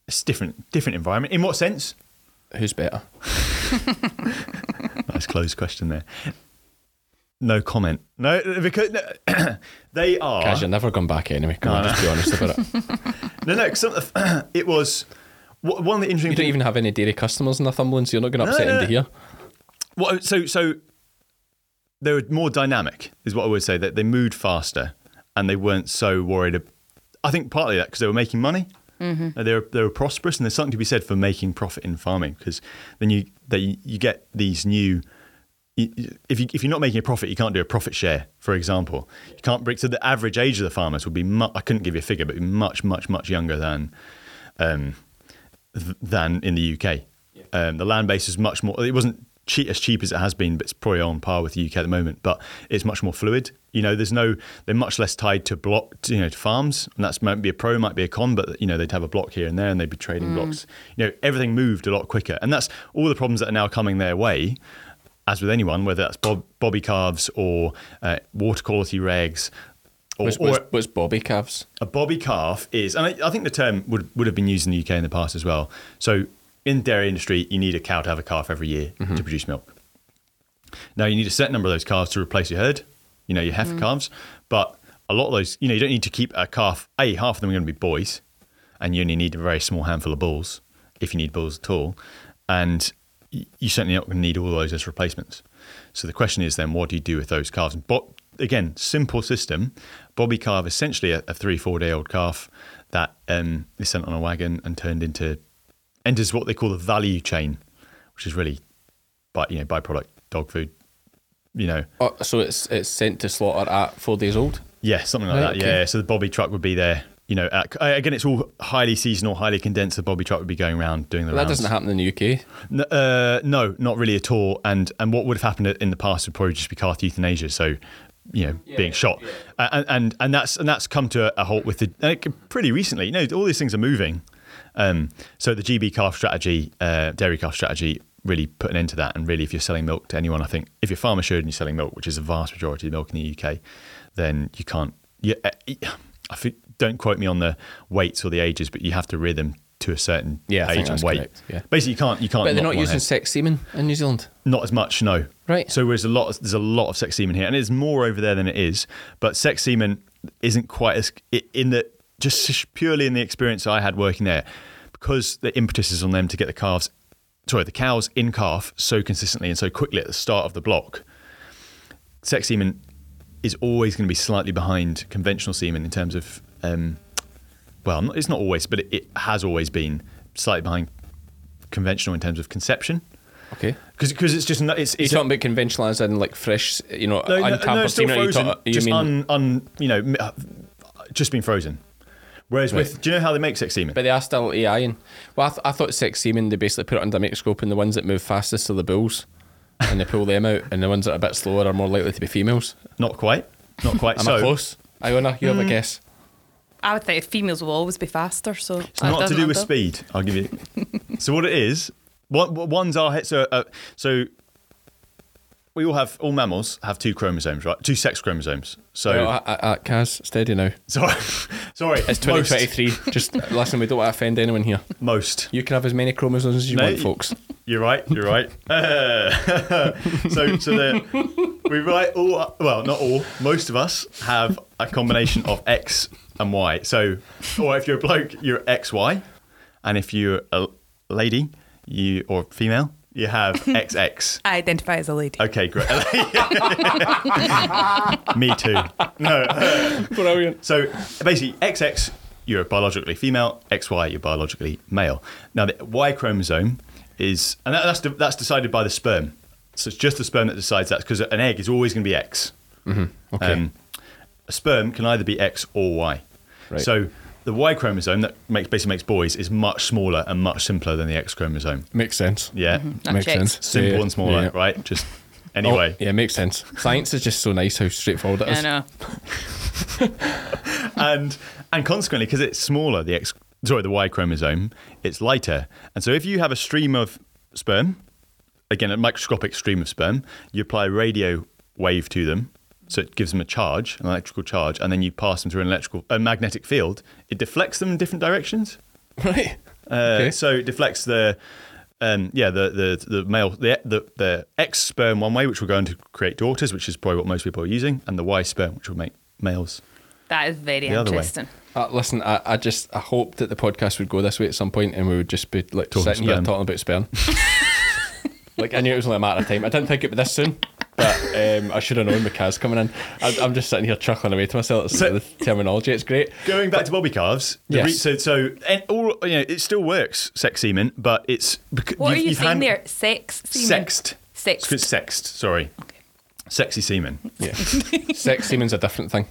Speaker 3: It's different different environment. In what sense?
Speaker 1: Who's better?
Speaker 3: Nice closed question there. No comment. No, because no, they are.
Speaker 1: Guys, you're never going back anyway. Come on, just be honest about it.
Speaker 3: No, no. 'cause Some, of the- it was wh- one of the interesting.
Speaker 1: You don't
Speaker 3: thing-
Speaker 1: even have any dairy customers in Northumberland, so you're not going to upset
Speaker 3: no,
Speaker 1: into here.
Speaker 3: What, so so they were more dynamic, is what I would say. That they moved faster, and they weren't so worried. ab- I think partly that because they were making money. Uh, They were they were prosperous, and there's something to be said for making profit in farming because then you that you, you get these new. you- you- If you if you're not making a profit, you can't do a profit share. For example, you can't break. So the average age of the farmers would be. Mu- I couldn't give you a figure, but it'd be much much much younger than um, th- than in the UK. Um, the land base is much more. It wasn't cheap as cheap as it has been, but it's probably on par with the UK at the moment. But it's much more fluid. You know, there's no. They're much less tied to block. To, you know, to farms, and that's might be a pro, might be a con. But you know, they'd have a block here and there, and they'd be trading blocks. You know, everything moved a lot quicker, and that's all the problems that are now coming their way. As with anyone, whether that's bob, bobby calves or uh, water quality regs, or,
Speaker 1: What's,
Speaker 3: or-
Speaker 1: what's, what's Bobby calves?
Speaker 3: a bobby calf is, and I, I think the term would, would have been used in the UK in the past as well. So, in the dairy industry, you need a cow to have a calf every year to produce milk. Now, you need a set number of those calves to replace your herd, you know, your heifer calves. But a lot of those, you know, you don't need to keep a calf. A, half of them are going to be boys, and you only need a very small handful of bulls if you need bulls at all. And y- you certainly not going to need all those as replacements. So the question is then, what do you do with those calves? And Bo- again, simple system. Bobby calf, essentially a, a three, four day old calf that um, is sent on a wagon and turned into, enters what they call the value chain, which is really, by, you know, byproduct dog food, you know,
Speaker 1: Oh, so it's it's sent to slaughter at four days old.
Speaker 3: yeah, something like
Speaker 1: Right,
Speaker 3: that.
Speaker 1: okay.
Speaker 3: Yeah. So the Bobby truck would be there. You know, at, uh, again, it's all highly seasonal, highly condensed. The Bobby truck would be going around doing the
Speaker 1: That
Speaker 3: rounds.
Speaker 1: doesn't happen in the UK.
Speaker 3: N- uh, no, not really at all. And and what would have happened in the past would probably just be calf euthanasia. So, you know, being shot, Uh, and, and and that's and that's come to a halt with the uh, pretty recently. You know, all these things are moving. Um, so the GB calf strategy, uh, dairy calf strategy, really put an end to that. And really, if you're selling milk to anyone, I think if you're farm assured and you're selling milk, which is a vast majority of milk in the UK, then you can't. You, uh, I think, don't quote me on the weights or the ages, but you have to rear them to a certain
Speaker 4: Yeah, I think
Speaker 3: age and
Speaker 4: that's
Speaker 3: weight.
Speaker 4: correct, yeah.
Speaker 3: Basically, you can't. You can't.
Speaker 4: But they're
Speaker 3: knock
Speaker 4: not
Speaker 3: one
Speaker 4: using
Speaker 3: head.
Speaker 4: sex semen in New Zealand.
Speaker 3: Not as much, no.
Speaker 4: Right.
Speaker 3: So there's a lot. Of, there's a lot of sex semen here, and there's more over there than it is. But sex semen isn't quite as i- in the just purely in the experience I had working there, because the impetus is on them to get the calves, sorry, the cows in calf so consistently and so quickly at the start of the block. Sex semen is always going to be slightly behind conventional semen in terms of, um, well, not- it's not always, but it, it has always been slightly behind conventional in terms of conception.
Speaker 4: Okay.
Speaker 3: Because it's just no- it's
Speaker 4: You're
Speaker 3: it's
Speaker 4: talking about conventional as in like fresh, you know,
Speaker 3: no, no, no,
Speaker 4: untampered
Speaker 3: it's still
Speaker 4: semen. you
Speaker 3: frozen,
Speaker 4: talk- you
Speaker 3: just
Speaker 4: mean
Speaker 3: un, un, you know, mi- uh, just been frozen. Whereas with, do you know how they make sex semen?
Speaker 4: But they are still AI. And well, I, th- I thought sex semen. They basically put it under a microscope, and the ones that move fastest are the bulls, and they pull them out, and the ones that are a bit slower are more likely to be females.
Speaker 3: Not quite, not quite.
Speaker 4: Am
Speaker 3: so Mm.
Speaker 4: I close? Iona, you have a guess.
Speaker 5: I would think females will always be faster, so
Speaker 3: it's not to do with speed. I'll give you. so what it is? What, what ones are he- so uh, so? We all have all mammals have two chromosomes, right? Two sex chromosomes. So
Speaker 4: No, I, I, I, Kaz, steady now.
Speaker 3: sorry, sorry.
Speaker 4: It's 2023. Just listen, we don't want to offend anyone here.
Speaker 3: Most.
Speaker 4: You can have as many chromosomes as you
Speaker 3: No,
Speaker 4: want,
Speaker 3: you-
Speaker 4: folks.
Speaker 3: You're right. You're right. Uh, so, so the, we write all. Well, not all. Most of us have a combination of X and Y. So, or if you're a bloke, you're XY, and if you're a lady, you or female, you have XX.
Speaker 6: I identify as a lady.
Speaker 3: Okay, great. Me too. No.
Speaker 4: Brilliant.
Speaker 3: So basically, XX, you're biologically female. XY, you're biologically male. Now, the Y chromosome is, and that, that's de- that's decided by the sperm. So it's just the sperm that decides that because an egg is always going to be X.
Speaker 4: Mm-hmm. Okay.
Speaker 3: Um, a sperm can either be X or Y.
Speaker 4: Right.
Speaker 3: So the Y chromosome that makes basically makes boys is much smaller and much simpler than the X chromosome.
Speaker 4: makes sense.
Speaker 3: Yeah,
Speaker 5: That
Speaker 4: makes
Speaker 5: checks.
Speaker 4: sense.
Speaker 3: simple
Speaker 4: Yeah,
Speaker 3: and smaller,
Speaker 4: yeah.
Speaker 3: right? Just
Speaker 4: Oh,
Speaker 3: anyway.
Speaker 4: yeah, makes sense. Science is just so nice how straightforward it is.
Speaker 5: I know.
Speaker 3: and and consequently, because it's smaller, the X sorry, the Y chromosome, it's lighter. And so if you have a stream of sperm, again a microscopic stream of sperm, you apply a radio wave to them, so it gives them a charge, an electrical charge, and then you pass them through an electrical a magnetic field. It deflects them in different directions.
Speaker 4: Right.
Speaker 3: Uh,
Speaker 4: Okay.
Speaker 3: So it deflects the, um, yeah, the the the male the the, the X sperm one way, which will go into create daughters, which is probably what most people are using, and the Y sperm, which will make males.
Speaker 5: That is very
Speaker 3: The other way.
Speaker 5: interesting.
Speaker 4: Uh, listen, I, I just I hoped that the podcast would go this way at some point and we would just be like
Speaker 3: Talking
Speaker 4: sitting here
Speaker 3: sperm.
Speaker 4: talking about sperm. like I knew it was only a matter of time. I didn't think it'd be this soon, but um, I should have known with Kaz coming in. I, I'm just sitting here chuckling away to myself. It's
Speaker 3: So-
Speaker 4: the terminology. It's great.
Speaker 3: Going back to bobby calves, the
Speaker 4: Yes.
Speaker 3: re- so so and all you know, it still works, sex semen, but it's because
Speaker 5: What
Speaker 3: you've-
Speaker 5: are you
Speaker 3: you've
Speaker 5: saying
Speaker 3: hand-
Speaker 5: there? Sex? Semen?
Speaker 3: Sexed,
Speaker 5: Sexed.
Speaker 3: It's sexed. Sorry, sexy semen,
Speaker 4: Yeah, sex semen's a different thing.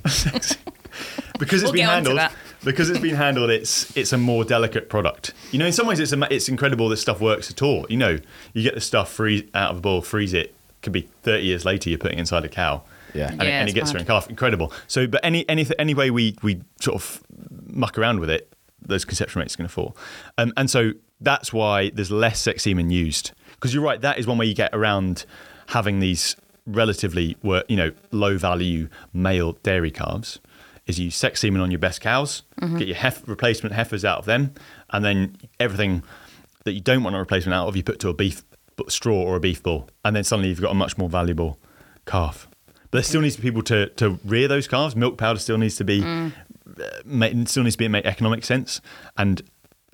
Speaker 3: because it's
Speaker 5: We'll
Speaker 3: been
Speaker 5: get onto
Speaker 3: handled.
Speaker 5: that.
Speaker 3: Because it's been handled, it's it's a more delicate product. You know, in some ways, it's ama- it's incredible this stuff works at all. You know, you get the stuff free out of a ball, freeze it. Could be thirty years later, you're putting it inside a cow.
Speaker 4: Yeah.
Speaker 3: and, it,
Speaker 5: Yeah,
Speaker 3: and it
Speaker 5: it's
Speaker 3: gets
Speaker 5: mad.
Speaker 3: through in calf. Incredible. So, but any any any way we we sort of muck around with it, those conception rates are going to fall. Um, and so that's why there's less sex semen used because you're right. That is one way you get around having these relatively wor- you know low value male dairy calves. Is you use sex semen on your best cows, get your hef- replacement heifers out of them, and then everything that you don't want a replacement out of, you put to a beef b- straw or a beef ball, and then suddenly you've got a much more valuable calf. But there still needs to be people to, to rear those calves. Milk powder still needs to be
Speaker 4: Mm.
Speaker 3: uh, ma- still needs to be make economic sense, and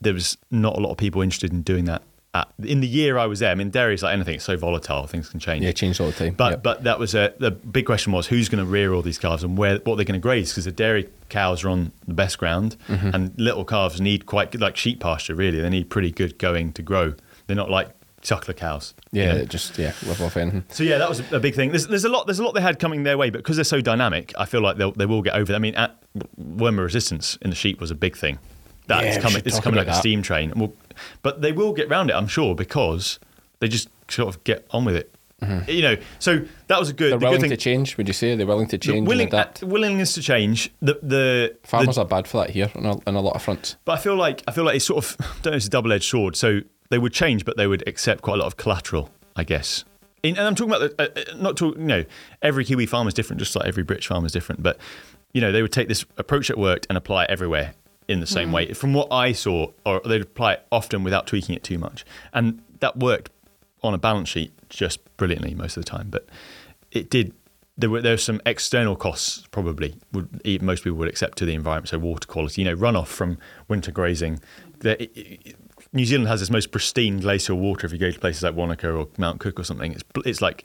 Speaker 3: there was not a lot of people interested in doing that. At, in the year I was there, I mean, dairy is like anything; it's so volatile, things can change.
Speaker 4: Yeah, it changed all the time.
Speaker 3: But
Speaker 4: Yeah.
Speaker 3: but that was a the big question was who's going to rear all these calves and where what they're going to graze because the dairy cows are on the best ground
Speaker 4: Mm-hmm.
Speaker 3: and little calves need quite good, like sheep pasture really they need pretty good going to grow they're not like suckler cows you
Speaker 4: yeah,
Speaker 3: know?
Speaker 4: it just yeah, live off anything.
Speaker 3: so yeah that was a big thing there's, there's a lot there's a lot they had coming their way but because they're so dynamic I feel like they'll, they will get over that. I mean at, wormer resistance in the sheep was a big thing that
Speaker 4: Yeah,
Speaker 3: is
Speaker 4: we
Speaker 3: coming
Speaker 4: should
Speaker 3: it's
Speaker 4: talk
Speaker 3: coming like
Speaker 4: about
Speaker 3: a
Speaker 4: that.
Speaker 3: steam train well, but they will get round it I'm sure because they just sort of get on with it you know so that was a good
Speaker 4: They're
Speaker 3: the good
Speaker 4: Mm-hmm. willing
Speaker 3: thing
Speaker 4: to change. Would you say they're willing
Speaker 3: the
Speaker 4: to change
Speaker 3: willing-
Speaker 4: and adapt?
Speaker 3: uh, willingness to change. The the,
Speaker 4: Farmers
Speaker 3: the
Speaker 4: are bad for that here on a, on a lot of fronts.
Speaker 3: but I feel like I feel like it's sort of I don't know. It's a double edged sword. So they would change, but they would accept quite a lot of collateral, I guess. In, and I'm talking about the, uh, uh, not talking. You know, every Kiwi farm is different, just like every British farm is different. But you know, they would take this approach that worked and apply it everywhere in the same way. From what I saw, or they'd apply it often without tweaking it too much, and that worked on a balance sheet just brilliantly most of the time. But it did. There were there were some external costs probably would e- most people would accept to the environment. So water quality, you know, runoff from winter grazing. The, it- it- New Zealand has this most pristine glacial water. If you go to places like Wanaka or Mount Cook or something, it's bl- it's like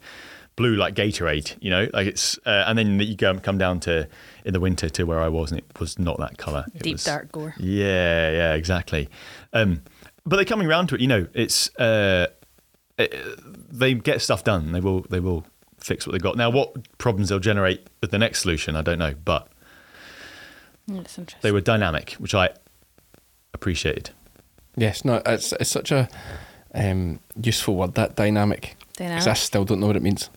Speaker 3: blue like Gatorade, you know, like it's uh, and then you go come down to in the winter to where I was and it was not that color. It
Speaker 5: Deep
Speaker 3: was-
Speaker 5: dark gore.
Speaker 3: yeah, yeah, exactly. Um, but they're coming around to it. You know, it's uh, it- they get stuff done. They will. They will fix what they got. Now, what problems they'll generate with the next solution, I don't know. But
Speaker 5: Mm, That's interesting.
Speaker 3: they were dynamic, which I appreciated.
Speaker 4: Yes, no, it's, it's such a um, useful word, that dynamic. 'Cause I
Speaker 5: Dynamic.
Speaker 4: still don't know what it means.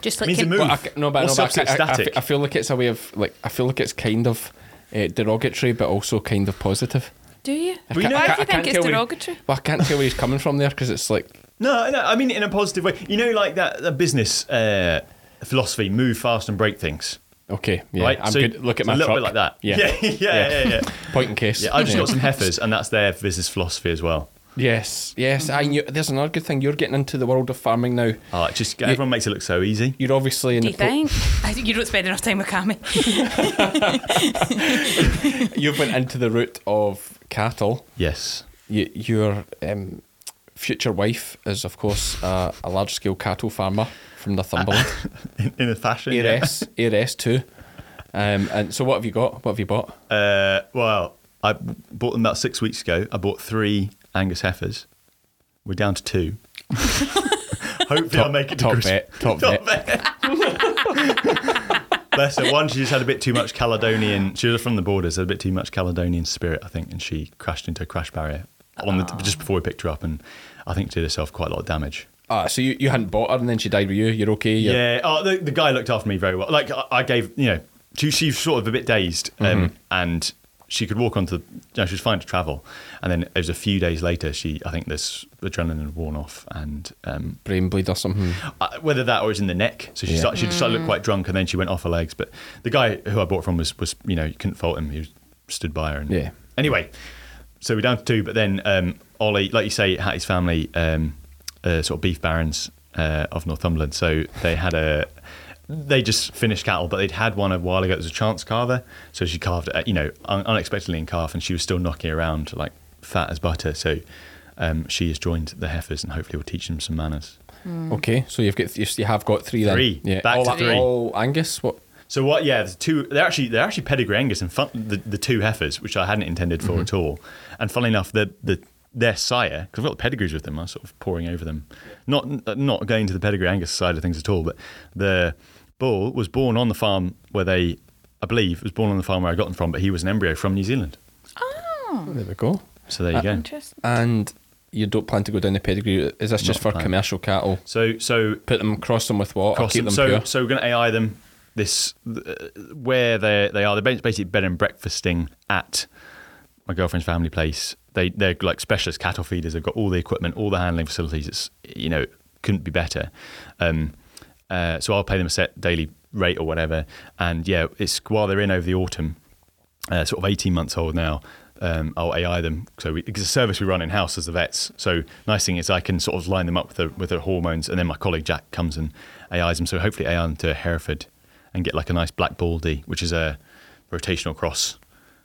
Speaker 5: Just
Speaker 3: It
Speaker 5: like
Speaker 3: means
Speaker 5: can-
Speaker 3: it moves.
Speaker 4: But I, c- no, but,
Speaker 3: Or
Speaker 4: no, but I,
Speaker 3: subset
Speaker 4: c- I- I
Speaker 3: static.
Speaker 4: f- I feel like it's a way of, like, I feel like it's kind of uh, derogatory, but also kind of positive.
Speaker 2: Do you?
Speaker 4: I
Speaker 3: We
Speaker 4: can't-
Speaker 3: know-
Speaker 2: Why do you
Speaker 4: I can't- I can't
Speaker 2: think it's
Speaker 4: tell where he-
Speaker 2: derogatory?
Speaker 4: well, I can't tell where he's coming from there because it's like,
Speaker 3: No, no, I mean in a positive way. You know, like that, that business uh, philosophy: move fast and break things.
Speaker 4: okay, yeah,
Speaker 3: right?
Speaker 4: I'm
Speaker 3: So
Speaker 4: good. Look
Speaker 3: it's
Speaker 4: at my
Speaker 3: a little
Speaker 4: truck.
Speaker 3: bit like that.
Speaker 4: Yeah.
Speaker 3: yeah, yeah, yeah. yeah, yeah.
Speaker 4: Point in case.
Speaker 3: Yeah, I've just got some heifers, and that's their business philosophy as well.
Speaker 4: Yes, yes. I knew. There's another good thing. You're getting into the world of farming now.
Speaker 3: Oh, it just everyone makes it look so easy.
Speaker 4: You're obviously in
Speaker 5: Do
Speaker 4: the
Speaker 5: you think? I think you don't spend enough time with Cammy.
Speaker 4: you've went into the route of cattle.
Speaker 3: Yes.
Speaker 4: Y your um, future wife is, of course, uh, a large scale cattle farmer from Northumberland.
Speaker 3: in, in a fashion. yeah.
Speaker 4: ARS, ARS two. Um, and so, what have you got? What have you bought?
Speaker 3: Uh, well, I bought them about six weeks ago. I bought three Angus heifers. We're down to two. Hopefully, I'll make it to
Speaker 4: top
Speaker 3: Christmas.
Speaker 4: bet, top
Speaker 3: bet. Bless her. One, she just had a bit too much Caledonian. She was from the borders, had a bit too much Caledonian spirit, I think, and she crashed into a crash barrier on the, just before we picked her up, and I think did herself quite a lot of damage.
Speaker 4: Ah, so you, you hadn't bought her, and then she died with you. You're okay. You're,
Speaker 3: Yeah. Oh, the, the guy looked after me very well. Like I, I gave, you know, she, she was sort of a bit dazed, um, and she could walk onto. the- You know, she was fine to travel, and then it was a few days later. She, I think, this adrenaline had worn off, and um,
Speaker 4: brain bleed or something.
Speaker 3: I, whether that or it's in the neck, so she
Speaker 4: Yeah.
Speaker 3: started, she started to look quite drunk, and then she went off her legs. But the guy who I bought from was was you know you couldn't fault him. He was, stood by her. And
Speaker 4: Yeah.
Speaker 3: Anyway, so we're down to two, but then um, Ollie, like you say, Hattie's family, um, uh, sort of beef barons uh, of Northumberland. So they had a, they just finished cattle, but they'd had one a while ago. It was a chance carver, so she carved, uh, you know, un- unexpectedly in calf, and she was still knocking around like fat as butter. So um, she has joined the heifers, and hopefully will teach them some manners.
Speaker 4: Okay, so you've got th- you have got three then.
Speaker 3: Three.
Speaker 4: Yeah.
Speaker 3: Back
Speaker 4: all,
Speaker 3: to
Speaker 4: a-
Speaker 3: three.
Speaker 4: all Angus. What?
Speaker 3: So what? Yeah, the two. They're actually they're actually pedigree Angus and fun, the the two heifers, which I hadn't intended for at all. And funnily enough, the the their sire, because I've got the pedigrees with them, I'm sort of pouring over them. Not not going to the pedigree Angus side of things at all, but the bull was born on the farm where they, I believe, was born on the farm where I got them from. But he was an embryo from New Zealand.
Speaker 4: oh, There we go.
Speaker 3: So there you go.
Speaker 5: Interesting.
Speaker 4: And you don't plan to go down the pedigree. route. Is this just
Speaker 3: Not
Speaker 4: for
Speaker 3: plan-
Speaker 4: commercial cattle?
Speaker 3: So so
Speaker 4: Put them, cross them with what? Or
Speaker 3: Cross
Speaker 4: keep
Speaker 3: them.
Speaker 4: them,
Speaker 3: so,
Speaker 4: pure.
Speaker 3: so we're going to AI them this uh, where they they are. They're basically bed and breakfasting at my girlfriend's family place. They they're like specialist cattle feeders. They've got all the equipment, all the handling facilities. It's you know couldn't be better. Um, uh, so I'll pay them a set daily rate or whatever. And yeah, it's while they're in over the autumn, uh, sort of 18 months old now. Um, I'll AI them. So we, it's a service we run in house as the vets. So nice thing is I can sort of line them up with the, with the hormones, and then my colleague Jack comes and AIs them. So hopefully AI them to Hereford and get like a nice black baldy, which is a rotational cross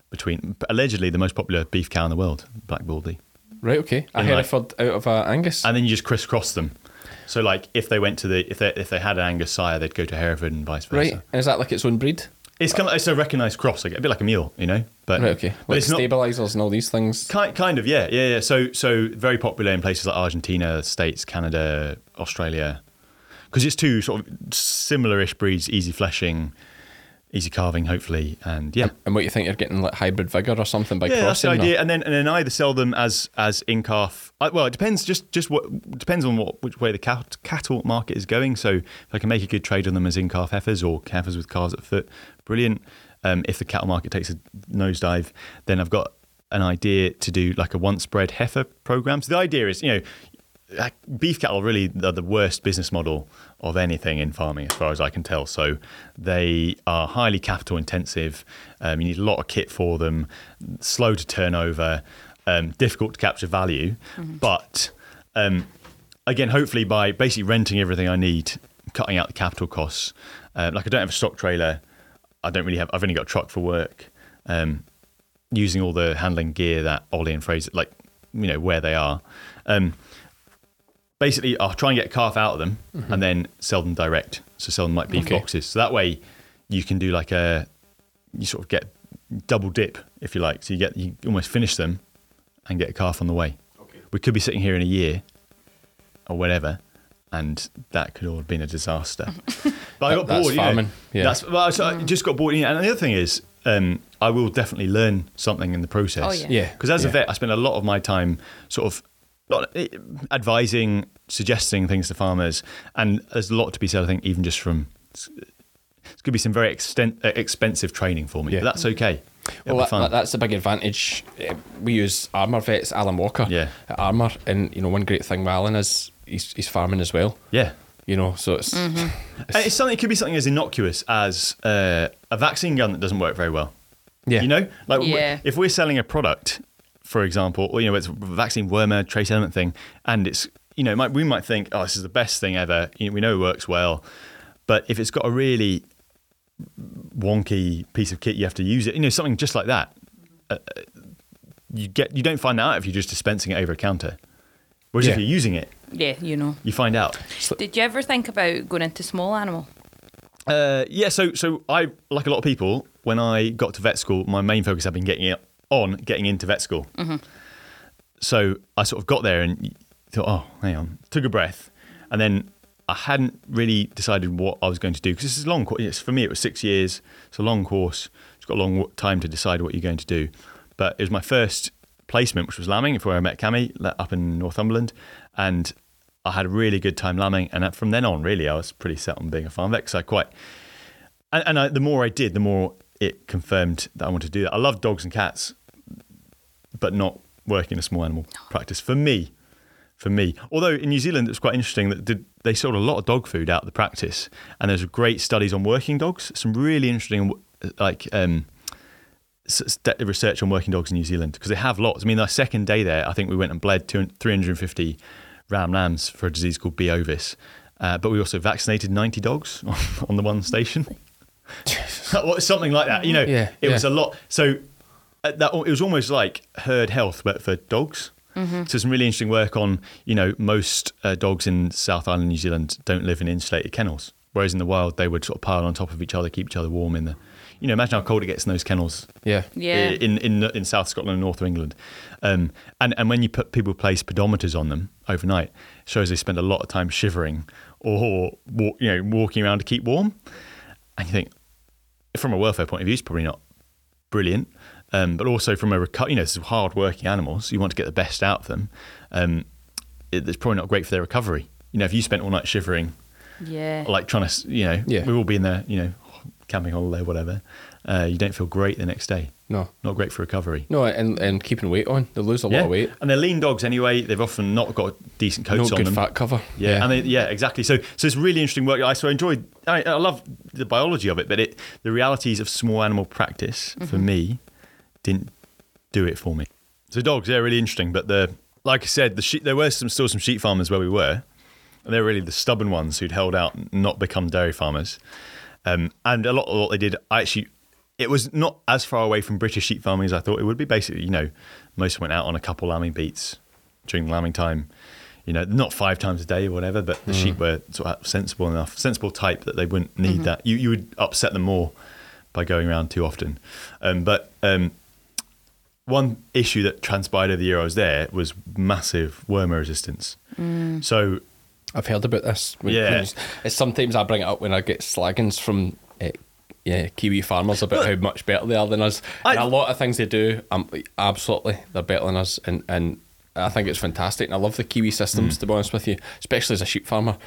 Speaker 3: between allegedly the most popular beef cow in the world, black baldy.
Speaker 4: Right, okay. A
Speaker 3: And like-
Speaker 4: Hereford out of a Angus.
Speaker 3: And then you just crisscross them. So like if they went to the if they if they had an Angus sire, they'd go to Hereford and vice versa.
Speaker 4: right. And is that like its own breed?
Speaker 3: It's kind of, it's a recognised cross, like a bit like a mule, you know. But
Speaker 4: Right, okay.
Speaker 3: but
Speaker 4: Like
Speaker 3: it's not
Speaker 4: stabilizers and all these things.
Speaker 3: kind, kind of yeah, yeah, yeah. So so very popular in places like Argentina, States, Canada, Australia, because it's two sort of similar-ish breeds, easy fleshing, easy carving, hopefully, and yeah.
Speaker 4: And what you think you're getting like hybrid vigor or something by
Speaker 3: Yeah, that's the
Speaker 4: crossing? or-
Speaker 3: idea, and then and then either sell them as as in calf. I, well, it depends. Just just what depends on what which way the cat, cattle market is going. So if I can make a good trade on them as in calf heifers or heifers with calves at foot, brilliant. Um, if the cattle market takes a nosedive, then I've got an idea to do like a once bred heifer program. So the idea is, you know, like beef cattle really are the worst business model of anything in farming, as far as I can tell. So they are highly capital intensive. Um, you need a lot of kit for them, slow to turn over, um, difficult to capture value. But um, again, hopefully by basically renting everything I need, cutting out the capital costs. Uh, like I don't have a stock trailer. I don't really have. I've only got a truck for work. Um, using all the handling gear that Ollie and Fraser, like you know where they are. Um, basically, I'll try and get calf out of them and then sell them direct. So sell them like beef
Speaker 1: Mm-hmm. Okay.
Speaker 3: boxes. So that way, you can do like a you sort of get double dip if you like. So you get you almost finish them and get a calf on the way. We could be sitting here in a year or whatever, and that could all have been a disaster. But I
Speaker 1: That-
Speaker 3: got
Speaker 1: that's
Speaker 3: bored. you know.
Speaker 1: farming, yeah.
Speaker 3: That's well, I was-
Speaker 5: Mm.
Speaker 3: I just got bored. you know, And the other thing is, um, I will definitely learn something in the process.
Speaker 5: Oh, yeah.
Speaker 1: Yeah,
Speaker 3: Because as a
Speaker 1: yeah.
Speaker 3: vet, I spend a lot of my time sort of not eh, advising, suggesting things to farmers, and there's a lot to be said. I think even just from it's it's gonna be some very extent, eh, expensive training for me,
Speaker 1: Yeah.
Speaker 3: but that's okay. It'll
Speaker 4: Well,
Speaker 3: be
Speaker 4: that,
Speaker 3: fun.
Speaker 4: that- that's the big advantage. Eh, We use Armour Vets, Alan Walker
Speaker 3: Yeah.
Speaker 4: at Armour. And, you know, one great thing with Alan is he's, he's farming as well.
Speaker 3: yeah.
Speaker 4: You know, so it's.
Speaker 3: And Uh, it's something. It could be something as innocuous as uh, a vaccine gun that doesn't work very well.
Speaker 4: Yeah.
Speaker 3: You know, like w-
Speaker 5: Yeah.
Speaker 3: if we're selling a product, for example, or you know, it's a vaccine wormer trace element thing, and it's you know, it might, we might think, oh, this is the best thing ever. You know, we know it works well, but if it's got a really wonky piece of kit, you have to use it. You know, something just like that. Uh, uh, you get you don't find that out if you're just dispensing it over a counter. Whereas if
Speaker 1: Yeah.
Speaker 3: you're using it,
Speaker 5: Yeah, you know.
Speaker 3: you find out.
Speaker 5: Did you ever think about going into small animal?
Speaker 3: Uh, yeah, so so I like a lot of people. When I got to vet school, my main focus had been getting it on getting into vet school. So I sort of got there and thought, oh, hang on, took a breath, and then I hadn't really decided what I was going to do because this is a long course. For me, it was six years. It's a long course. It's got a long wa- time to decide what you're going to do. But it was my first placement, which was lambing, before I met Cammy la- up in Northumberland, and I had a really good time lambing. And that- from then on, really, I was pretty set on being a farm vet because I quite and, and I, the more I did, the more it confirmed that I wanted to do that. I love dogs and cats, but not working in a small animal practice for me. For me, although in New Zealand it was quite interesting that did, they sold a lot of dog food out of the practice, and there's great studies on working dogs. Some really interesting, like um, s- s- de- research on working dogs in New Zealand because they have lots. I mean, our second day there, I think we went and bled two, 350 ram lambs for a disease called B. ovis, uh, but we also vaccinated 90 dogs on, on the one station. Well, Something like that, you know.
Speaker 4: Yeah,
Speaker 3: it was a
Speaker 4: yeah.
Speaker 3: lot. So uh, that it was almost like herd health, but for dogs.
Speaker 4: Mm-hmm.
Speaker 3: So some really interesting work on you know most uh, dogs in South Island, New Zealand, don't live in insulated kennels, whereas in the wild they would sort of pile on top of each other, keep each other warm in the. You know, imagine how cold it gets in those kennels
Speaker 4: Yeah.
Speaker 5: Yeah.
Speaker 3: in in in South Scotland and North of England, um, and and when you put people place pedometers on them overnight, it shows they spend a lot of time shivering or walk, you know walking around to keep warm, and you think from a welfare point of view, it's probably not brilliant, um, but also from a reco- you know this is hard working animals, you want to get the best out of them. Um, it, it's probably not great for their recovery. You know, if you spent all night shivering,
Speaker 5: Yeah.
Speaker 3: like trying to, you know,
Speaker 4: Yeah.
Speaker 3: we've all been there, you know, camping holiday, whatever. Uh, you don't feel great the next day.
Speaker 4: No.
Speaker 3: Not great for recovery.
Speaker 4: No, and, and keeping weight on. They lose a lot
Speaker 3: yeah.
Speaker 4: of weight.
Speaker 3: And they're lean dogs anyway. They've often not got decent
Speaker 4: No
Speaker 3: coats on
Speaker 4: good
Speaker 3: them.
Speaker 4: fat cover.
Speaker 3: Yeah, and they, yeah, exactly. So, so it's really interesting work. I so I enjoyed. I, I love the biology of it, but it the realities of small animal practice for me didn't do it for me. So dogs, they're really interesting, but the like I said, the sheep, there were some still some sheep farmers where we were, and they're really the stubborn ones who'd held out, and not become dairy farmers, um, and a lot of what they did. I actually, it was not as far away from British sheep farming as I thought it would be. Basically, you know, most went out on a couple lambing beats during lambing time. You know, not five times a day or whatever, but the sheep were sort of sensible enough, sensible type that they wouldn't need that. You you would upset them more by going around too often, um, but. Um, one issue that transpired over the year I was there was massive wormer resistance. So
Speaker 4: I've heard about this. When-
Speaker 3: Yeah.
Speaker 4: when it's- it's sometimes I bring it up when I get slaggings from uh, yeah Kiwi farmers about how much better they are than us. And
Speaker 3: I-
Speaker 4: a lot of things they do, um, absolutely, they're better than us, and and
Speaker 3: Mm.
Speaker 4: I think it's fantastic. And I love the Kiwi systems to be honest with you, especially as a sheep farmer.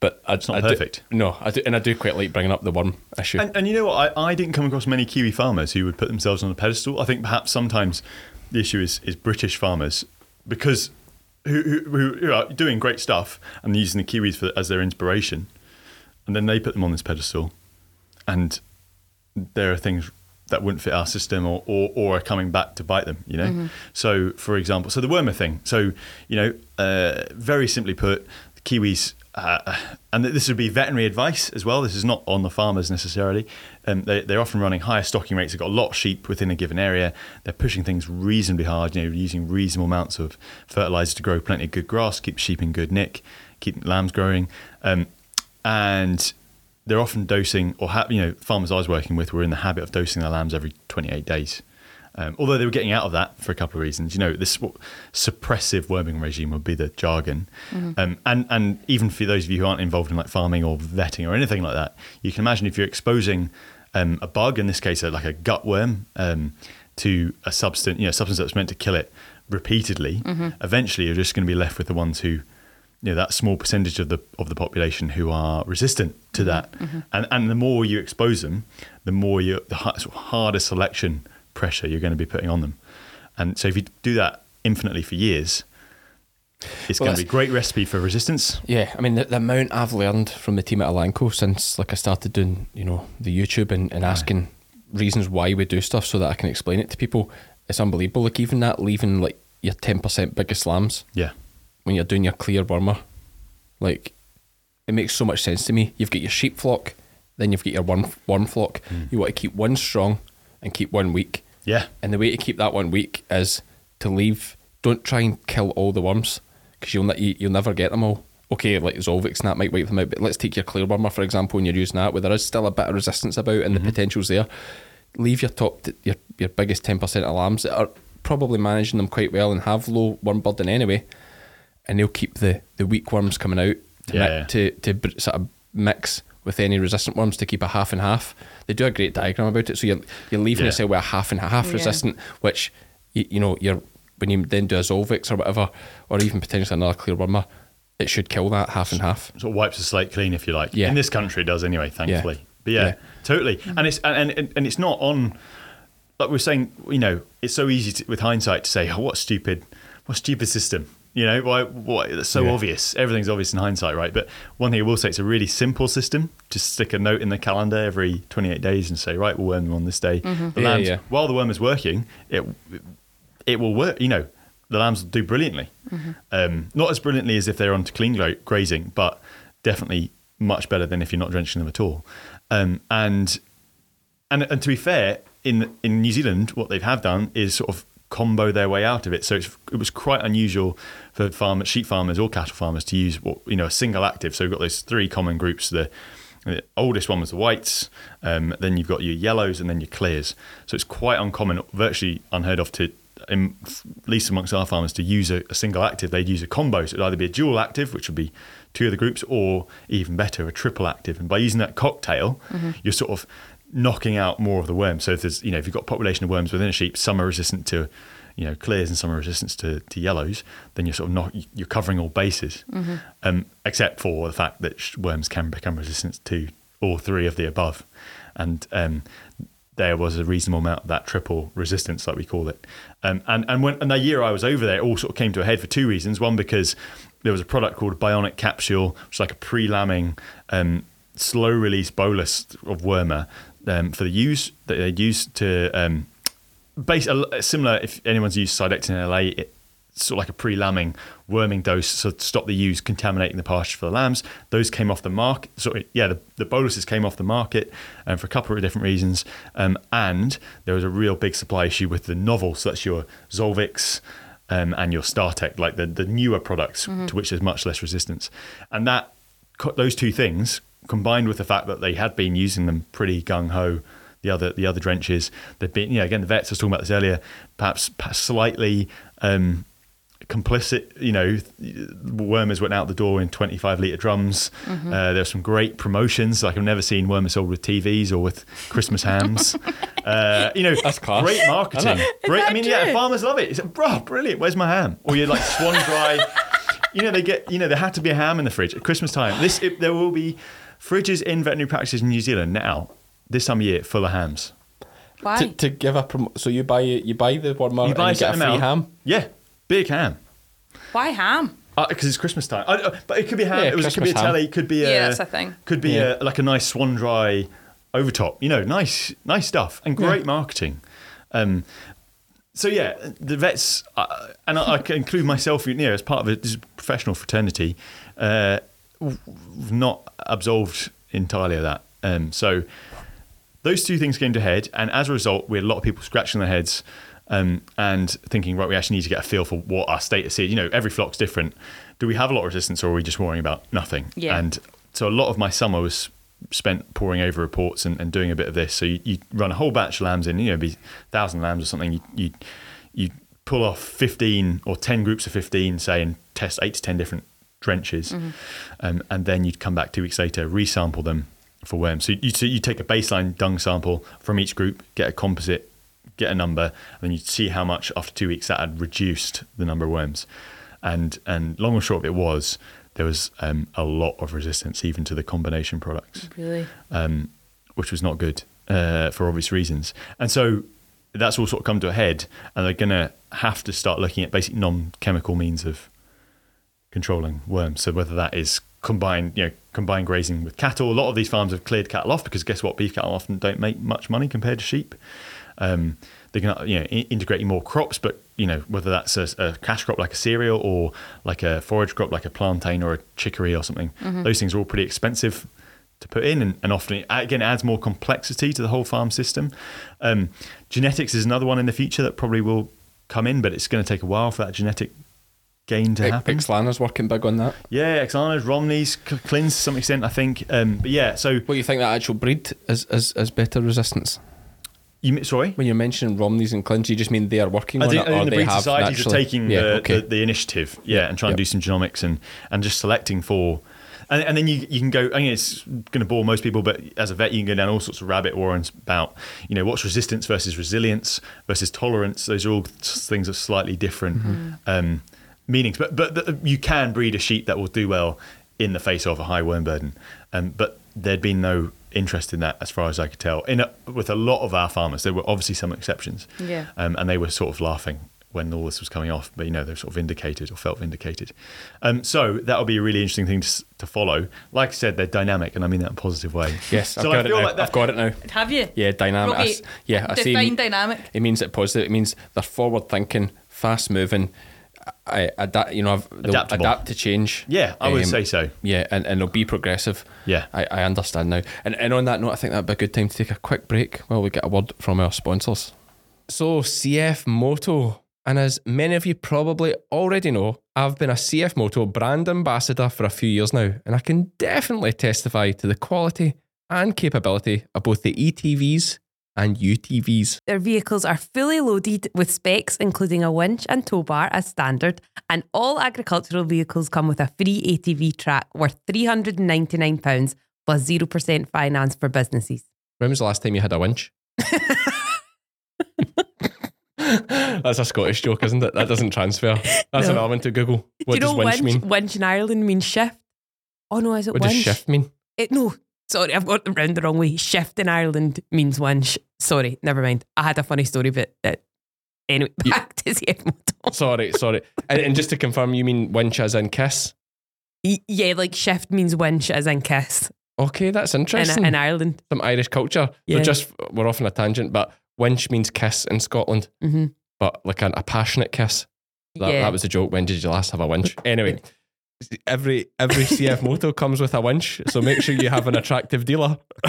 Speaker 1: But I,
Speaker 3: not
Speaker 1: I do-
Speaker 3: perfect.
Speaker 1: no, I do, and I do quite like bringing up the worm issue.
Speaker 3: And, and you know what? I, I didn't come across many Kiwi farmers who would put themselves on a pedestal. I think perhaps sometimes the issue is, is British farmers because who, who, who- who are doing great stuff and using the Kiwis for, as their inspiration. And then they put them on this pedestal. And there are things that wouldn't fit our system or, or, or are coming back to bite them, you know? So, for example, so the wormer thing. So, you know, uh, very simply put, the Kiwis, uh, and this would be veterinary advice as well. This is not on the farmers necessarily. Um, they, they're often running higher stocking rates. They've got a lot of sheep within a given area. They're pushing things reasonably hard, you know, using reasonable amounts of fertilizer to grow plenty of good grass, keep sheep in good nick, keep lambs growing. Um, and they're often dosing, or ha- you know, farmers I was working with were in the habit of dosing their lambs every 28 days. Um, although they were getting out of that for a couple of reasons, you know, this w- suppressive worming regime would be the jargon, um, and and even for those of you who aren't involved in like farming or vetting or anything like that, you can imagine if you're exposing um, a bug, in this case, uh, like a gut worm, um, to a substance, you know, substance that's meant to kill it repeatedly, eventually you're just going to be left with the ones who you know that small percentage of the of the population who are resistant to
Speaker 4: Mm-hmm.
Speaker 3: that, and and the more you expose them, the more you the har- sort of harder selection pressure you're going to be putting on them, and so if you do that infinitely for years, it's
Speaker 4: Well,
Speaker 3: going to be a great recipe for resistance.
Speaker 4: Yeah, I mean the, the amount I've learned from the team at Alanco since like I started doing you know the YouTube and, and asking reasons why we do stuff so that I can explain it to people. It's unbelievable. Like even that leaving like your ten percent biggest slams
Speaker 3: Yeah,
Speaker 4: when you're doing your clear wormer, like it makes so much sense to me. You've got your sheep flock, then you've got your worm worm flock. You want to keep one strong and keep one weak.
Speaker 3: yeah,
Speaker 4: And the way to keep that one weak is to leave. Don't try and kill all the worms because you'll, ne- you- you'll never get them all. Okay, like Zolvix and that might wipe them out, but let's take your clear wormer, for example, and you're using that where there is still a bit of resistance about and
Speaker 3: Mm-hmm.
Speaker 4: the potential's there. Leave your top, t- your, your biggest 10% alarms that are probably managing them quite well and have low worm burden anyway, and they'll keep the, the weak worms coming out to, mi-
Speaker 3: Yeah.
Speaker 4: to, to br- sort of mix with any resistant worms to keep a half and half. They do a great diagram about it, so you're, you're leaving
Speaker 3: Yeah.
Speaker 4: yourself with a half and half
Speaker 2: Yeah.
Speaker 4: resistant, which you, you know you're when you then do a Zolvix or whatever, or even potentially another clear wormer, it should kill that half and half.
Speaker 3: sort of wipes the slate clean if you like.
Speaker 4: Yeah.
Speaker 3: in this country it does anyway, thankfully. But yeah,
Speaker 4: Yeah. Mm-hmm.
Speaker 3: totally. And it's and, and and it's not on like we we're saying, you know, it's so easy to, with hindsight to say, oh, what stupid, what stupid system. You know, why, why, it's so
Speaker 4: Yeah.
Speaker 3: obvious. Everything's obvious in hindsight, right? But one thing I will say, it's a really simple system. Just stick a note in the calendar every 28 days and say, right, we'll worm them on this day. The
Speaker 4: Mm-hmm. Yeah,
Speaker 3: lambs,
Speaker 4: yeah.
Speaker 3: while the worm is working, it it will work. You know, the lambs do brilliantly.
Speaker 4: Mm-hmm.
Speaker 3: Um, not as brilliantly as if they're on to clean gra- grazing, but definitely much better than if you're not drenching them at all. Um, and and and to be fair, in in New Zealand, what they have done is sort of combo their way out of it. So it's, it was quite unusual for farm, sheep farmers or cattle farmers to use what you know a single active. So we've got those three common groups. The, the oldest one was the whites, um, then you've got your yellows, and then your clears. So it's quite uncommon, virtually unheard of to. In, at least amongst our farmers, to use a, a single active, they'd use a combo. So it'd either be a dual active, which would be two of the groups, or even better, a triple active. And by using that cocktail, you're sort of knocking out more of the worms. So if there's, you know, if you've got a population of worms within a sheep, some are resistant to, you know, clears and some are resistant to, to yellows, then you're sort of not, you're covering all bases, um, except for the fact that sh- worms can become resistant to all three of the above. And um, there was a reasonable amount of that triple resistance, like we call it. Um, and and when and that year I was over there, it all sort of came to a head for two reasons. One because there was a product called Bionic Capsule, which is like a pre-lambing, um, slow-release bolus of wormer um, for the use that they use to um, base a l- similar. If anyone's used Sidectin in LA, it, sort of like a pre-lambing worming dose, so to stop the ewes contaminating the pasture for the lambs. Those came off the market. So yeah, the, the boluses came off the market um, for a couple of different reasons, um, and there was a real big supply issue with the novel. So that's your Zolvix. Um, and your StarTech, like the, the newer products to which there's much less resistance. And that co- those two things combined with the fact that they had been using them pretty gung ho. The other the other drenches, they've been you know again the vets I was talking about this earlier, perhaps, perhaps slightly um, complicit. You know, th- Wormers went out the door in 25 litre drums. Uh, there were some great promotions. Like I've never seen Wormers sold with TVs or with Christmas hams. uh, you know,
Speaker 4: That's class.
Speaker 3: great marketing. Great. I
Speaker 2: that
Speaker 3: mean, yeah,
Speaker 2: true?
Speaker 3: farmers love it. It's like, bro, brilliant. Where's my ham? Or you're like Swan Dry. you know, they get, you know, there had to be a ham in the fridge at Christmas time. This, it, there will be fridges in veterinary practices in New Zealand now, this time of year, full of hams.
Speaker 5: Why?
Speaker 4: to, to give a prom- so you buy you buy the warmer
Speaker 3: You buy
Speaker 4: and you get a
Speaker 3: certain
Speaker 4: free
Speaker 3: amount-
Speaker 4: ham.
Speaker 3: Yeah, big ham.
Speaker 5: Why ham?
Speaker 3: Because Uh, it's Christmas time, I, uh, but it could be ham.
Speaker 4: Yeah,
Speaker 3: it, was, it could be a
Speaker 4: Christmas ham.
Speaker 3: telly. Could be a,
Speaker 5: Yeah, that's a thing.
Speaker 3: Could be
Speaker 4: Yeah.
Speaker 3: a, like a nice swan dry overtop. You know, nice, nice stuff and great marketing. Um, so yeah, the vets, uh, and I, I can include myself you know, as part of a this is a professional fraternity. Uh, w- w- not absolved entirely of that. Um, so those two things came to head, and as a result, we had a lot of people scratching their heads um, and thinking, right, we actually need to get a feel for what our status is. You know, every flock's different. Do we have a lot of resistance, or are we just worrying about nothing?
Speaker 5: Yeah.
Speaker 3: And so a lot of my summer was spent pouring over reports and, and doing a bit of this. So you, you run a whole batch of lambs in, you know, be thousand lambs or something. You, you you pull off fifteen or ten groups of fifteen, say, and test eight to ten different drenches, um, and then you'd come back two weeks later, resample them for worms. So you so you take a baseline dung sample from each group, get a composite, get a number, and then you see how much after two weeks that had reduced the number of worms. And and long and short of it was there was um, a lot of resistance even to the combination products
Speaker 5: Really?
Speaker 3: um, which was not good uh, for obvious reasons. And so that's all sort of come to a head, and they're going to have to start looking at basic non-chemical means of controlling worms. So whether that is combined, you know, combined grazing with cattle. A lot of these farms have cleared cattle off because guess what? Beef cattle often don't make much money compared to sheep. Um, they're going to, you know, in- integrating more crops, but you know, whether that's a, a cash crop like a cereal or like a forage crop like a plantain or a chicory or something, those things are all pretty expensive to put in, and, and often it, again adds more complexity to the whole farm system. Um, genetics is another one in the future that probably will come in, but it's going to take a while for that genetic gain to happen.
Speaker 4: Xlana's working big on that.
Speaker 3: Yeah, Exana's, Romney's, Clins to some extent, I think. Um, but yeah, so
Speaker 4: Well, you think that actual breed is, is, is better resistance?
Speaker 3: you mi- sorry,
Speaker 4: When you're mentioning Romneys and Clins, you just mean they are working
Speaker 3: I
Speaker 4: on
Speaker 3: think,
Speaker 4: it,
Speaker 3: I think
Speaker 4: or
Speaker 3: the
Speaker 4: they
Speaker 3: breed
Speaker 4: have
Speaker 3: societies
Speaker 4: naturally.
Speaker 3: are taking
Speaker 4: yeah,
Speaker 3: the,
Speaker 4: okay.
Speaker 3: the, the initiative, yeah, and trying
Speaker 4: Yep.
Speaker 3: to do some genomics and and just selecting for. And, and then you, you can go. I mean, it's going to bore most people, but as a vet, you can go down all sorts of rabbit warrens about, you know, what's resistance versus resilience versus tolerance. Those are all s- things that are slightly different
Speaker 4: Mm-hmm.
Speaker 3: um, meanings. But but the, you can breed a sheep that will do well in the face of a high worm burden. Um, but there'd been no interest in that, as far as I could tell, in a, with a lot of our farmers. There were obviously some exceptions,
Speaker 5: Yeah.
Speaker 3: um, and they were sort of laughing when all this was coming off, but you know, they were sort of vindicated or felt vindicated. Um, so that'll be a really interesting thing to, s- to follow. Like I said, they're dynamic, and I mean that in a positive way.
Speaker 4: Yes,
Speaker 3: So I
Speaker 4: I've got it
Speaker 3: feel
Speaker 4: now.
Speaker 3: like that-
Speaker 4: I've got it now.
Speaker 5: Have you?
Speaker 4: Yeah, dynamic. I
Speaker 5: Okay,
Speaker 4: s- yeah, I see.
Speaker 5: define dynamic.
Speaker 4: It means it positive. It means they're forward thinking, fast moving. I adapt. You know, I've, they'll
Speaker 3: Adaptable.
Speaker 4: adapt to change.
Speaker 3: Yeah, I would
Speaker 4: Um,
Speaker 3: say so.
Speaker 4: Yeah, and, and they'll be progressive.
Speaker 3: Yeah.
Speaker 4: I, I understand now. And and on that note, I think that'd be a good time to take a quick break while we get a word from our sponsors. So, CF Moto. And as many of you probably already know, I've been a CF Moto brand ambassador for a few years now, and I can definitely testify to the quality and capability of both the ETVs and UTVs.
Speaker 2: Their vehicles are fully loaded with specs, including a winch and tow bar as standard, and all agricultural vehicles come with a free ATV track worth £399 plus 0% finance for businesses.
Speaker 4: When was the last time you had a winch? That's a Scottish joke, isn't it? That doesn't transfer. That's
Speaker 2: No.
Speaker 4: another one to Google.
Speaker 2: Do
Speaker 4: What
Speaker 2: you
Speaker 4: does
Speaker 2: know
Speaker 4: winch, mean?
Speaker 2: Winch in Ireland means shift. Oh no, is it
Speaker 4: What
Speaker 2: winch?
Speaker 4: does shift mean?
Speaker 2: It, no, sorry, I've got round the wrong way. Shift in Ireland means winch. Sorry, never mind. I had a funny story, but uh, anyway,
Speaker 4: You-
Speaker 2: back to CF Moto.
Speaker 4: Sorry, sorry. And, and just to confirm, you mean winch as in kiss?
Speaker 2: Y- Yeah, like shift means winch as in kiss
Speaker 4: Okay, that's
Speaker 2: in,
Speaker 4: interesting.
Speaker 2: in Ireland.
Speaker 4: Some Irish culture.
Speaker 2: Yeah.
Speaker 4: So just we're off on a tangent, but winch means kiss in Scotland,
Speaker 2: hmm
Speaker 4: but like an, a passionate kiss. That,
Speaker 2: yeah.
Speaker 4: that was a joke. When did you last have a winch? Anyway, every every CF moto comes with a winch, so make sure you have an attractive dealer.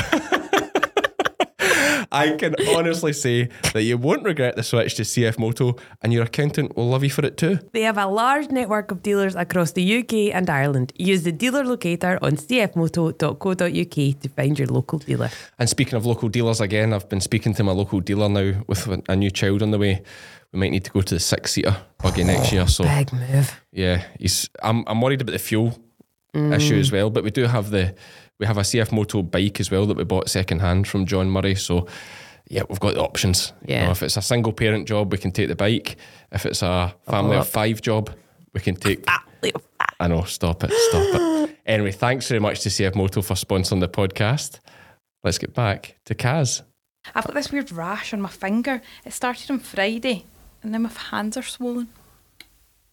Speaker 4: I can honestly say that you won't regret the switch to CF Moto, and your accountant will love you for it too.
Speaker 2: They have a large network of dealers across the UK and Ireland. Use the dealer locator on cfmoto.co.uk to find your local dealer.
Speaker 4: And speaking of local dealers again, I've been speaking to my local dealer now with a new child on the way. We might need to go to the six seater buggy next year. So
Speaker 2: Big move.
Speaker 4: yeah, he's I'm I'm worried about the fuel issue as well. But we do have the we have a CF Moto bike as well that we bought second hand from John Murray. So yeah, we've got the options. You
Speaker 2: Yeah.
Speaker 4: know, if it's a single parent job, we can take the bike. If it's a family
Speaker 2: lot.
Speaker 4: of five job, We can take.
Speaker 2: Ah, little fat.
Speaker 4: I know. Stop it. Stop it. Anyway, thanks very much to CF Moto for sponsoring the podcast. Let's get back to Kaz.
Speaker 5: I've got this weird rash on my finger. It started on Friday, and now my hands are swollen.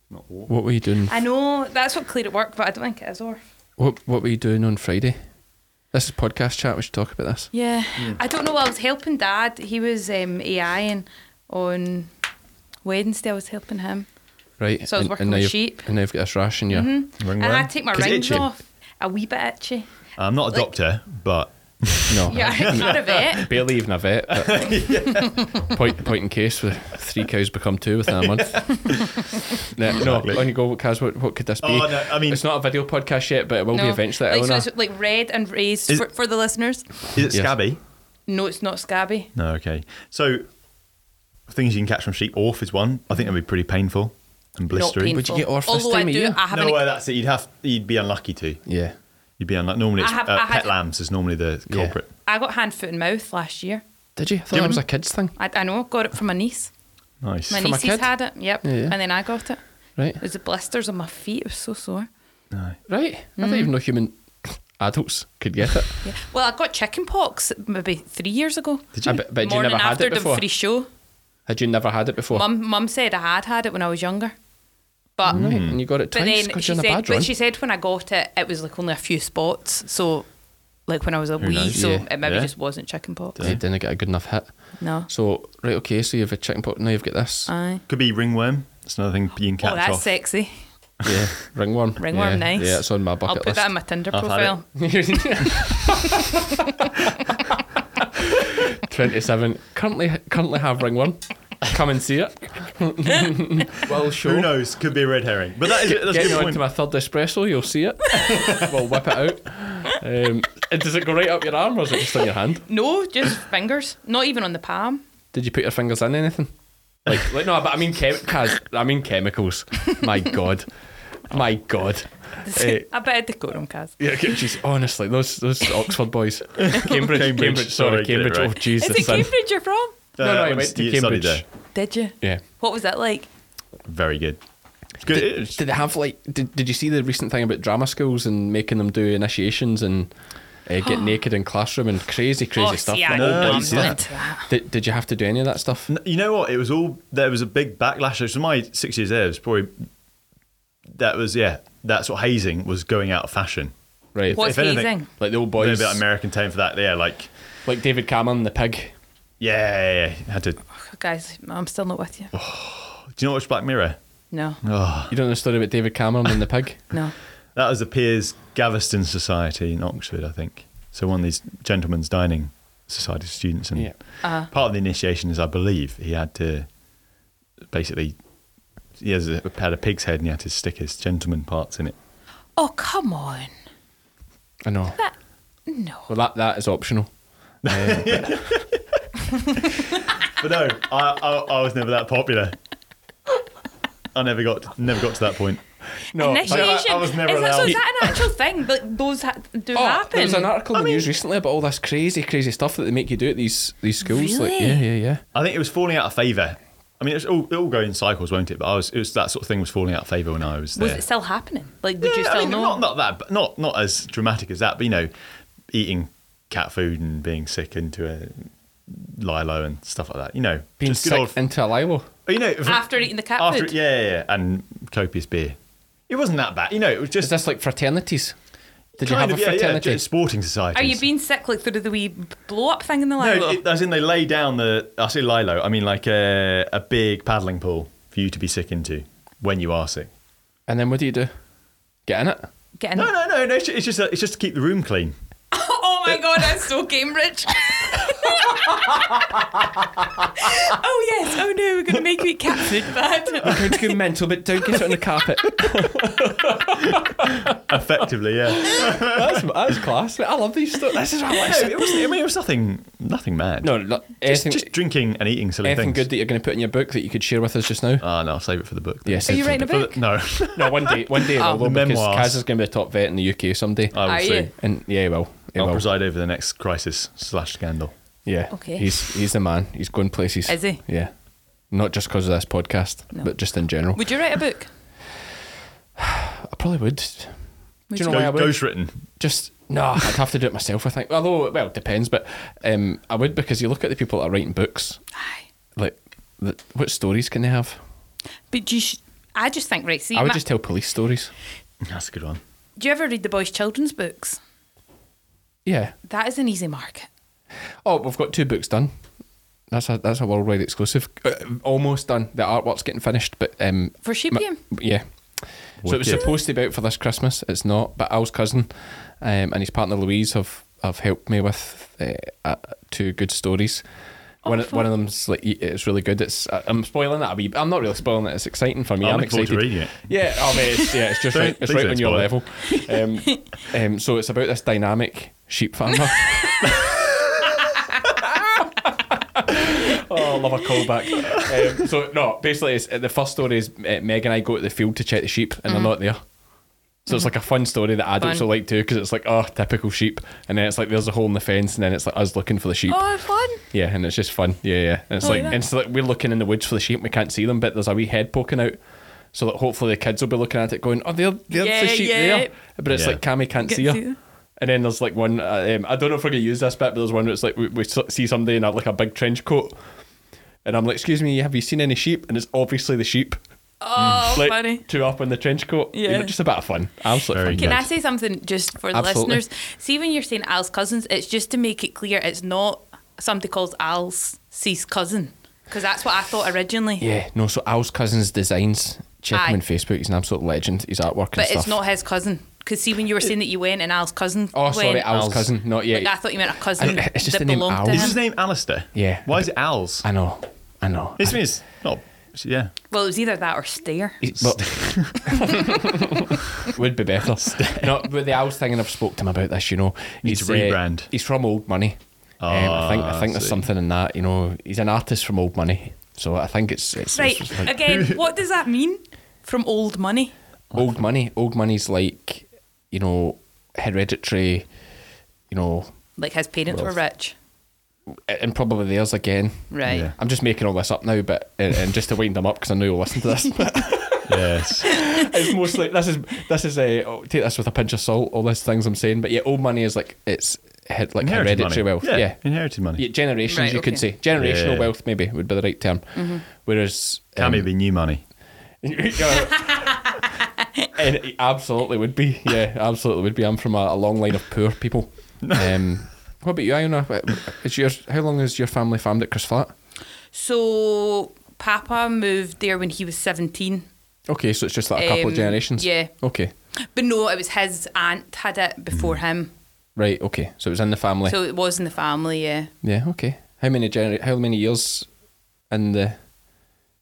Speaker 4: What were you doing?
Speaker 5: I know that's what cleared at work, but I don't think it is or.
Speaker 4: What What were you doing on Friday? This is podcast chat. We should talk about this.
Speaker 5: Yeah, I don't know. I was helping Dad. He was um, AIing on Wednesday. I was helping him.
Speaker 4: Right.
Speaker 5: So I was working
Speaker 4: now
Speaker 5: with
Speaker 4: you've-
Speaker 5: sheep. Mm-hmm.
Speaker 4: And now you've got this rash in your.
Speaker 3: Ringworm?
Speaker 5: And I had to take my
Speaker 3: 'Cause it's
Speaker 5: rings
Speaker 3: itchy.
Speaker 5: off. A wee bit itchy.
Speaker 3: I'm not a
Speaker 5: Like-
Speaker 3: doctor, but
Speaker 4: No.
Speaker 5: Yeah, I'm not a vet.
Speaker 4: Barely even a vet. But point, point in case, with three cows become two within a month. no,
Speaker 3: Exactly.
Speaker 4: no, on you go, Kaz. What, what could this be?
Speaker 3: Oh, no, I mean-
Speaker 4: it's not a video podcast yet, but it will be
Speaker 5: No.
Speaker 4: eventually.
Speaker 5: Like, so
Speaker 4: Eleanor.
Speaker 5: it's like red and raised
Speaker 3: Is-
Speaker 5: for, for the listeners.
Speaker 3: is it
Speaker 4: Yes.
Speaker 3: scabby?
Speaker 5: No, it's not scabby.
Speaker 3: No, okay. So things you can catch from sheep, orf is one. I think that'd be pretty painful and
Speaker 5: Not
Speaker 3: blistery.
Speaker 5: painful.
Speaker 4: Would you get orf this
Speaker 5: Although
Speaker 4: time
Speaker 5: I
Speaker 4: of
Speaker 5: do,
Speaker 4: year?
Speaker 5: I haven't.
Speaker 3: no, well, that's it. You'd have, you'd be unlucky to.
Speaker 4: yeah.
Speaker 3: You'd be unlucky. Normally, it's
Speaker 5: I have-
Speaker 3: uh,
Speaker 5: I had-
Speaker 3: pet lambs is normally the
Speaker 4: Yeah.
Speaker 3: culprit.
Speaker 5: I got hand, foot, and mouth last year.
Speaker 4: Did you? I thought that was a kids thing.
Speaker 5: I, I know. Got it from my niece.
Speaker 3: Nice.
Speaker 5: My
Speaker 4: From a
Speaker 5: nieces
Speaker 4: kid?
Speaker 5: had it. Yep.
Speaker 4: Yeah, yeah.
Speaker 5: And then I got it.
Speaker 4: Right.
Speaker 5: There's the blisters on my feet. It was so sore.
Speaker 4: Right. I
Speaker 5: Mm-hmm.
Speaker 4: don't even know human adults could get it.
Speaker 5: Yeah. Well, I got chicken pox maybe three years ago.
Speaker 4: Did you? I bet, bet you
Speaker 5: Morning
Speaker 4: never had
Speaker 5: after
Speaker 4: it before.
Speaker 5: the free show.
Speaker 4: Had you never had it before?
Speaker 5: Mum, mum said I had had it when I was younger, but
Speaker 4: Right, And you got it
Speaker 5: but
Speaker 4: twice
Speaker 5: then
Speaker 4: because
Speaker 5: she
Speaker 4: Mm-hmm. you're in a
Speaker 5: said,
Speaker 4: bad
Speaker 5: but
Speaker 4: run.
Speaker 5: she said when I got it, it was like only a few spots. So, like when I was a wee,
Speaker 3: knows?
Speaker 5: so
Speaker 4: Yeah.
Speaker 5: it maybe
Speaker 3: Yeah.
Speaker 5: just wasn't chickenpox.
Speaker 4: You didn't get a good enough hit.
Speaker 5: No,
Speaker 4: So right, okay. So you've a chicken pot. Now you've got this.
Speaker 5: aye.
Speaker 3: Could be ringworm. That's another thing you can catch
Speaker 5: Oh, that's
Speaker 3: off.
Speaker 5: sexy.
Speaker 4: yeah. Ringworm.
Speaker 5: Ringworm,
Speaker 4: Yeah,
Speaker 5: nice.
Speaker 4: Yeah, it's on my
Speaker 5: I'll
Speaker 4: bucket
Speaker 5: put that in my Tinder
Speaker 3: I've had
Speaker 5: profile.
Speaker 4: list. 27. Currently, currently have ringworm. Come and see it. well,
Speaker 3: Who
Speaker 4: sure.
Speaker 3: knows? Could be a red herring. But that is that's a
Speaker 4: Get
Speaker 3: good
Speaker 4: you
Speaker 3: point. Uh,
Speaker 4: onto my third espresso, you'll see it. we'll whip it out. Um, and does it go right up your arm or is it just on your hand?
Speaker 5: No, just fingers. Not even on the palm.
Speaker 4: Did you put your fingers in anything? Like, like no, but I mean chem- Kaz, I mean chemicals. My God, my God. Eh,
Speaker 5: I bet I'd go on, Kaz.
Speaker 4: yeah, jeez, honestly, those those Oxford boys, Cambridge, Cambridge,
Speaker 3: sorry,
Speaker 4: sorry,
Speaker 3: get it
Speaker 4: Cambridge.
Speaker 3: right.
Speaker 4: Oh
Speaker 5: Is
Speaker 4: Jesus,
Speaker 5: it
Speaker 4: son.
Speaker 5: Cambridge you're from?
Speaker 3: Uh,
Speaker 4: No, no, I
Speaker 3: when
Speaker 4: went to
Speaker 3: you studied
Speaker 4: Cambridge.
Speaker 5: Did you?
Speaker 4: Yeah.
Speaker 5: What was that like?
Speaker 3: Very good. It's good.
Speaker 4: Did,
Speaker 3: It's-
Speaker 4: did it have like? Did, did you see the recent thing about drama schools and making them do initiations and uh, get naked in classroom and crazy, crazy
Speaker 5: oh,
Speaker 4: stuff?
Speaker 5: see, I
Speaker 4: like
Speaker 5: know,
Speaker 4: old
Speaker 5: I'm
Speaker 4: boys
Speaker 5: not into
Speaker 4: stuff.
Speaker 5: that.
Speaker 4: Did, did you have to do any of that stuff?
Speaker 3: N- You know what? It was all there was a big backlash. It was my six years there. It was probably that was yeah. That's what hazing was going out of fashion.
Speaker 4: Right,
Speaker 5: What's
Speaker 3: if anything-
Speaker 5: hazing?
Speaker 4: like the
Speaker 3: A
Speaker 4: old boys,
Speaker 3: bit American term for that. Yeah, like
Speaker 4: like David Cameron, the pig.
Speaker 3: yeah, yeah, yeah. Had to. Do
Speaker 5: Guys, I'm still not with you.
Speaker 3: Oh. you know what's Black Mirror?
Speaker 5: No,
Speaker 3: Oh,
Speaker 4: You don't know the story about David Cameron and the pig?
Speaker 5: no.
Speaker 3: that was the Piers Gaveston Society in Oxford, I think. So one of these gentlemen's dining society students, and
Speaker 4: Yeah.
Speaker 5: Uh-huh.
Speaker 3: part of the initiation is, I believe, he had to basically he has a, had a pig's head and he had to stick his gentleman parts in it.
Speaker 5: Oh, come on.
Speaker 4: I know.
Speaker 5: No.
Speaker 4: Well, that that is optional.
Speaker 3: But no, I, I, I was never that popular. I never got never got to that point.
Speaker 4: No,
Speaker 5: Initiation.
Speaker 3: I was never
Speaker 5: is that, so
Speaker 3: allowed.
Speaker 5: is that an actual thing? But those ha- do
Speaker 4: Oh,
Speaker 5: happen.
Speaker 4: there was an article in the news recently about all this crazy, crazy stuff that they make you do at these these schools. Like,
Speaker 5: Really?
Speaker 4: yeah, yeah, yeah.
Speaker 3: I think it was falling out of favour. I mean, it's all it all go in cycles, won't it? But I was it was that sort of thing was falling out of favour when I was there.
Speaker 5: was it still happening? Like, would you
Speaker 3: Yeah,
Speaker 5: still
Speaker 3: I mean,
Speaker 5: know?
Speaker 3: Not, not that, but not not as dramatic as that. But you know, eating cat food and being sick into a lilo and stuff like that. You know,
Speaker 4: Being
Speaker 3: just good
Speaker 4: sick
Speaker 3: old-
Speaker 4: into a lilo.
Speaker 3: you know,
Speaker 5: After eating the cat
Speaker 3: after
Speaker 5: food?
Speaker 3: yeah, yeah, yeah, and copious beer. It wasn't that bad. You know, it was
Speaker 4: Is
Speaker 3: just
Speaker 4: this like fraternities? Did you
Speaker 3: kind of
Speaker 4: have a
Speaker 3: yeah, yeah,
Speaker 4: fraternity?
Speaker 3: just sporting society.
Speaker 5: Are you being sick like through the wee blow up thing in the lab?
Speaker 3: No, it, as in they lay down the. I say lilo. I mean like uh, a, a big paddling pool for you to be sick into when you are sick.
Speaker 4: And then what do you do? Get in it.
Speaker 5: Getting
Speaker 3: No, no, no, no. It's it's just uh, it's just to keep the room clean.
Speaker 5: Oh my god, that's so Cambridge. oh yes. Oh no, we're gonna make you eat cat food bad.
Speaker 4: Going to go mental, but don't get it on the carpet.
Speaker 3: Effectively, yeah.
Speaker 4: That's that's class. I love these stuff. This is what I
Speaker 3: no, it was. I mean, it was nothing nothing mad.
Speaker 4: No, no
Speaker 3: just,
Speaker 4: anything,
Speaker 3: just drinking and eating silly
Speaker 4: anything
Speaker 3: things.
Speaker 4: good that you're going to put in your book that you could share with us just now.
Speaker 3: Ah, no, I'll save it for the book. then.
Speaker 4: Yes.
Speaker 5: Are you
Speaker 4: it's-
Speaker 5: writing a
Speaker 3: For the-
Speaker 5: book?
Speaker 3: no,
Speaker 4: No, one day, one day, although,
Speaker 3: The
Speaker 4: because
Speaker 3: memoirs.
Speaker 4: Kaz is going to be a top vet in the UK someday.
Speaker 3: I will
Speaker 5: Are
Speaker 3: see.
Speaker 5: you?
Speaker 4: Ah. and yeah, he will. He
Speaker 3: I'll
Speaker 4: will.
Speaker 3: preside over the next crisis slash scandal.
Speaker 4: Yeah.
Speaker 5: Okay.
Speaker 4: He's he's the man. He's going places.
Speaker 5: Is he?
Speaker 4: Yeah. Not just because of this podcast, but just in general.
Speaker 5: Would you write a book?
Speaker 4: probably would. Do you know
Speaker 3: Go,
Speaker 4: why I would?
Speaker 3: ghost written.
Speaker 4: just no, I'd have to do it myself. I think. Although, well, it depends. But um, I would because you look at the people that are writing books.
Speaker 5: Aye.
Speaker 4: Like, the, what stories can they have?
Speaker 5: But you sh- I just think, right, see,
Speaker 4: I would
Speaker 5: ma-
Speaker 4: just tell police stories.
Speaker 3: That's a good one.
Speaker 5: do you ever read the boys' children's books?
Speaker 4: Yeah.
Speaker 5: That is an easy market.
Speaker 4: Oh, we've got two books done. That's a that's a worldwide exclusive. Uh, almost done. The artwork's getting finished, but um,
Speaker 5: For Sheepium?
Speaker 4: yeah. So it was
Speaker 3: Wicked.
Speaker 4: supposed to be out for this Christmas. It's not. But Al's cousin um, and his partner Louise have, have helped me with uh, uh, two good stories. One, one of them's like y- it's really good. It's uh, I'm spoiling it a wee. bit. I'm not really spoiling it. It's exciting for me.
Speaker 3: I'm
Speaker 4: I'm,
Speaker 3: looking forward
Speaker 4: excited.
Speaker 3: to reading it.
Speaker 4: Yeah, oh, mate, it's, yeah, it's just
Speaker 3: Don't-
Speaker 4: right. It's
Speaker 3: please
Speaker 4: right
Speaker 3: don't
Speaker 4: on your
Speaker 3: spoil it.
Speaker 4: level. Um, um, so it's about this dynamic sheep farmer. Oh, I love a callback. Um, so no, basically, it's, uh, the first story is uh, Meg and I go to the field to check the sheep, and they're not there. So it's like a fun story that
Speaker 5: Mm-hmm.
Speaker 4: adults
Speaker 5: Fun.
Speaker 4: will like too, because it's like oh, typical sheep, and then it's like there's a hole in the fence, and then it's like us looking for the sheep.
Speaker 5: Oh, fun.
Speaker 4: Yeah, and it's just fun. Yeah, yeah. And it's
Speaker 5: Oh,
Speaker 4: like
Speaker 5: yeah.
Speaker 4: and it's like we're looking in the woods for the sheep and we can't see them, but there's a wee head poking out. So that hopefully the kids will be looking at it going, Oh, there, there's
Speaker 5: Yeah,
Speaker 4: the sheep
Speaker 5: yeah.
Speaker 4: there. But it's
Speaker 3: Yeah.
Speaker 4: like Cammy can't
Speaker 5: Can't
Speaker 4: see her.
Speaker 5: see her.
Speaker 4: And then there's like one, uh, um, I don't know if we're going to use this bit, but there's one where it's like we, we s- see somebody in a, like a big trench coat. And I'm like, Excuse me, have you seen any sheep? And it's obviously the sheep.
Speaker 5: Oh,
Speaker 4: like,
Speaker 5: funny.
Speaker 4: Two up in the trench coat. You know,
Speaker 5: Yeah.
Speaker 4: just a bit of fun. Absolutely
Speaker 3: Very
Speaker 4: fun.
Speaker 5: Can
Speaker 3: good.
Speaker 5: I say something just for the
Speaker 4: Absolutely.
Speaker 5: listeners? See, when you're saying Al's cousins, it's just to make it clear it's not somebody calls Al's C's cousin because that's what I thought originally.
Speaker 4: Yeah, no, so Al's cousin's designs. Check
Speaker 5: Aye.
Speaker 4: him on Facebook. He's an absolute legend. His artwork and
Speaker 5: but
Speaker 4: stuff.
Speaker 5: it's not his cousin. Because see, when you were saying that you went and Al's cousin,
Speaker 4: Oh,
Speaker 5: went,
Speaker 4: sorry, Al's,
Speaker 3: Al's-
Speaker 4: cousin. Not yet.
Speaker 5: Like, I thought you meant a cousin
Speaker 4: I- it's just
Speaker 5: that
Speaker 4: the name
Speaker 5: belonged
Speaker 4: Al.
Speaker 5: to
Speaker 3: Is
Speaker 4: It's
Speaker 5: him.
Speaker 3: his name Alistair?
Speaker 4: Yeah.
Speaker 3: Why is it Al's?
Speaker 4: I know. I know.
Speaker 3: This means not. Yeah.
Speaker 5: Well, it was either that or stare.
Speaker 4: But would be better. no, but the Owls thing, and I've spoke to him about this. You know,
Speaker 3: Needs
Speaker 4: he's
Speaker 3: to
Speaker 4: uh,
Speaker 3: rebrand.
Speaker 4: he's from Old Money. Um, I think
Speaker 3: Ah,
Speaker 4: I
Speaker 3: I
Speaker 4: think there's
Speaker 3: see.
Speaker 4: something in that. You know, he's an artist from Old Money, so I think it's it's,
Speaker 5: Right.
Speaker 4: it's like
Speaker 5: Again, what does that mean? From old money.
Speaker 4: Old Money. Old Money's like you know hereditary. You know,
Speaker 5: Like his parents were rich.
Speaker 4: and probably theirs again.
Speaker 5: Right.
Speaker 3: Yeah.
Speaker 4: I'm just making all this up now, but and, and just to wind them up because I know you'll listen to this.
Speaker 3: Yes.
Speaker 4: it's mostly this is this is a oh, take this with a pinch of salt. All these things I'm saying, but yeah, old money is like it's hit like
Speaker 3: Inherited
Speaker 4: hereditary
Speaker 3: money.
Speaker 4: wealth.
Speaker 3: Yeah.
Speaker 4: Yeah.
Speaker 3: Inherited money.
Speaker 4: Yeah, generations
Speaker 5: Right,
Speaker 4: you could
Speaker 5: okay. Mm-hmm.
Speaker 4: say generational
Speaker 3: Yeah.
Speaker 4: wealth maybe would be the right term. Whereas
Speaker 3: Can
Speaker 4: um,
Speaker 3: be new money.
Speaker 4: and it absolutely would be yeah, absolutely would be. I'm from a, a long line of poor people. Um, what about you, Iona? Is your how long has your family farmed at Chris Flat?
Speaker 5: So Papa moved there when he was 17.
Speaker 4: Okay, so it's just like a couple
Speaker 5: Um,
Speaker 4: of generations.
Speaker 5: yeah.
Speaker 4: Okay.
Speaker 5: But no, it was his aunt had it
Speaker 4: Mm.
Speaker 5: before him.
Speaker 4: Right. Okay. So it was in the family.
Speaker 5: So it was in the family, yeah.
Speaker 4: Yeah. Okay. How many gener- How many years in the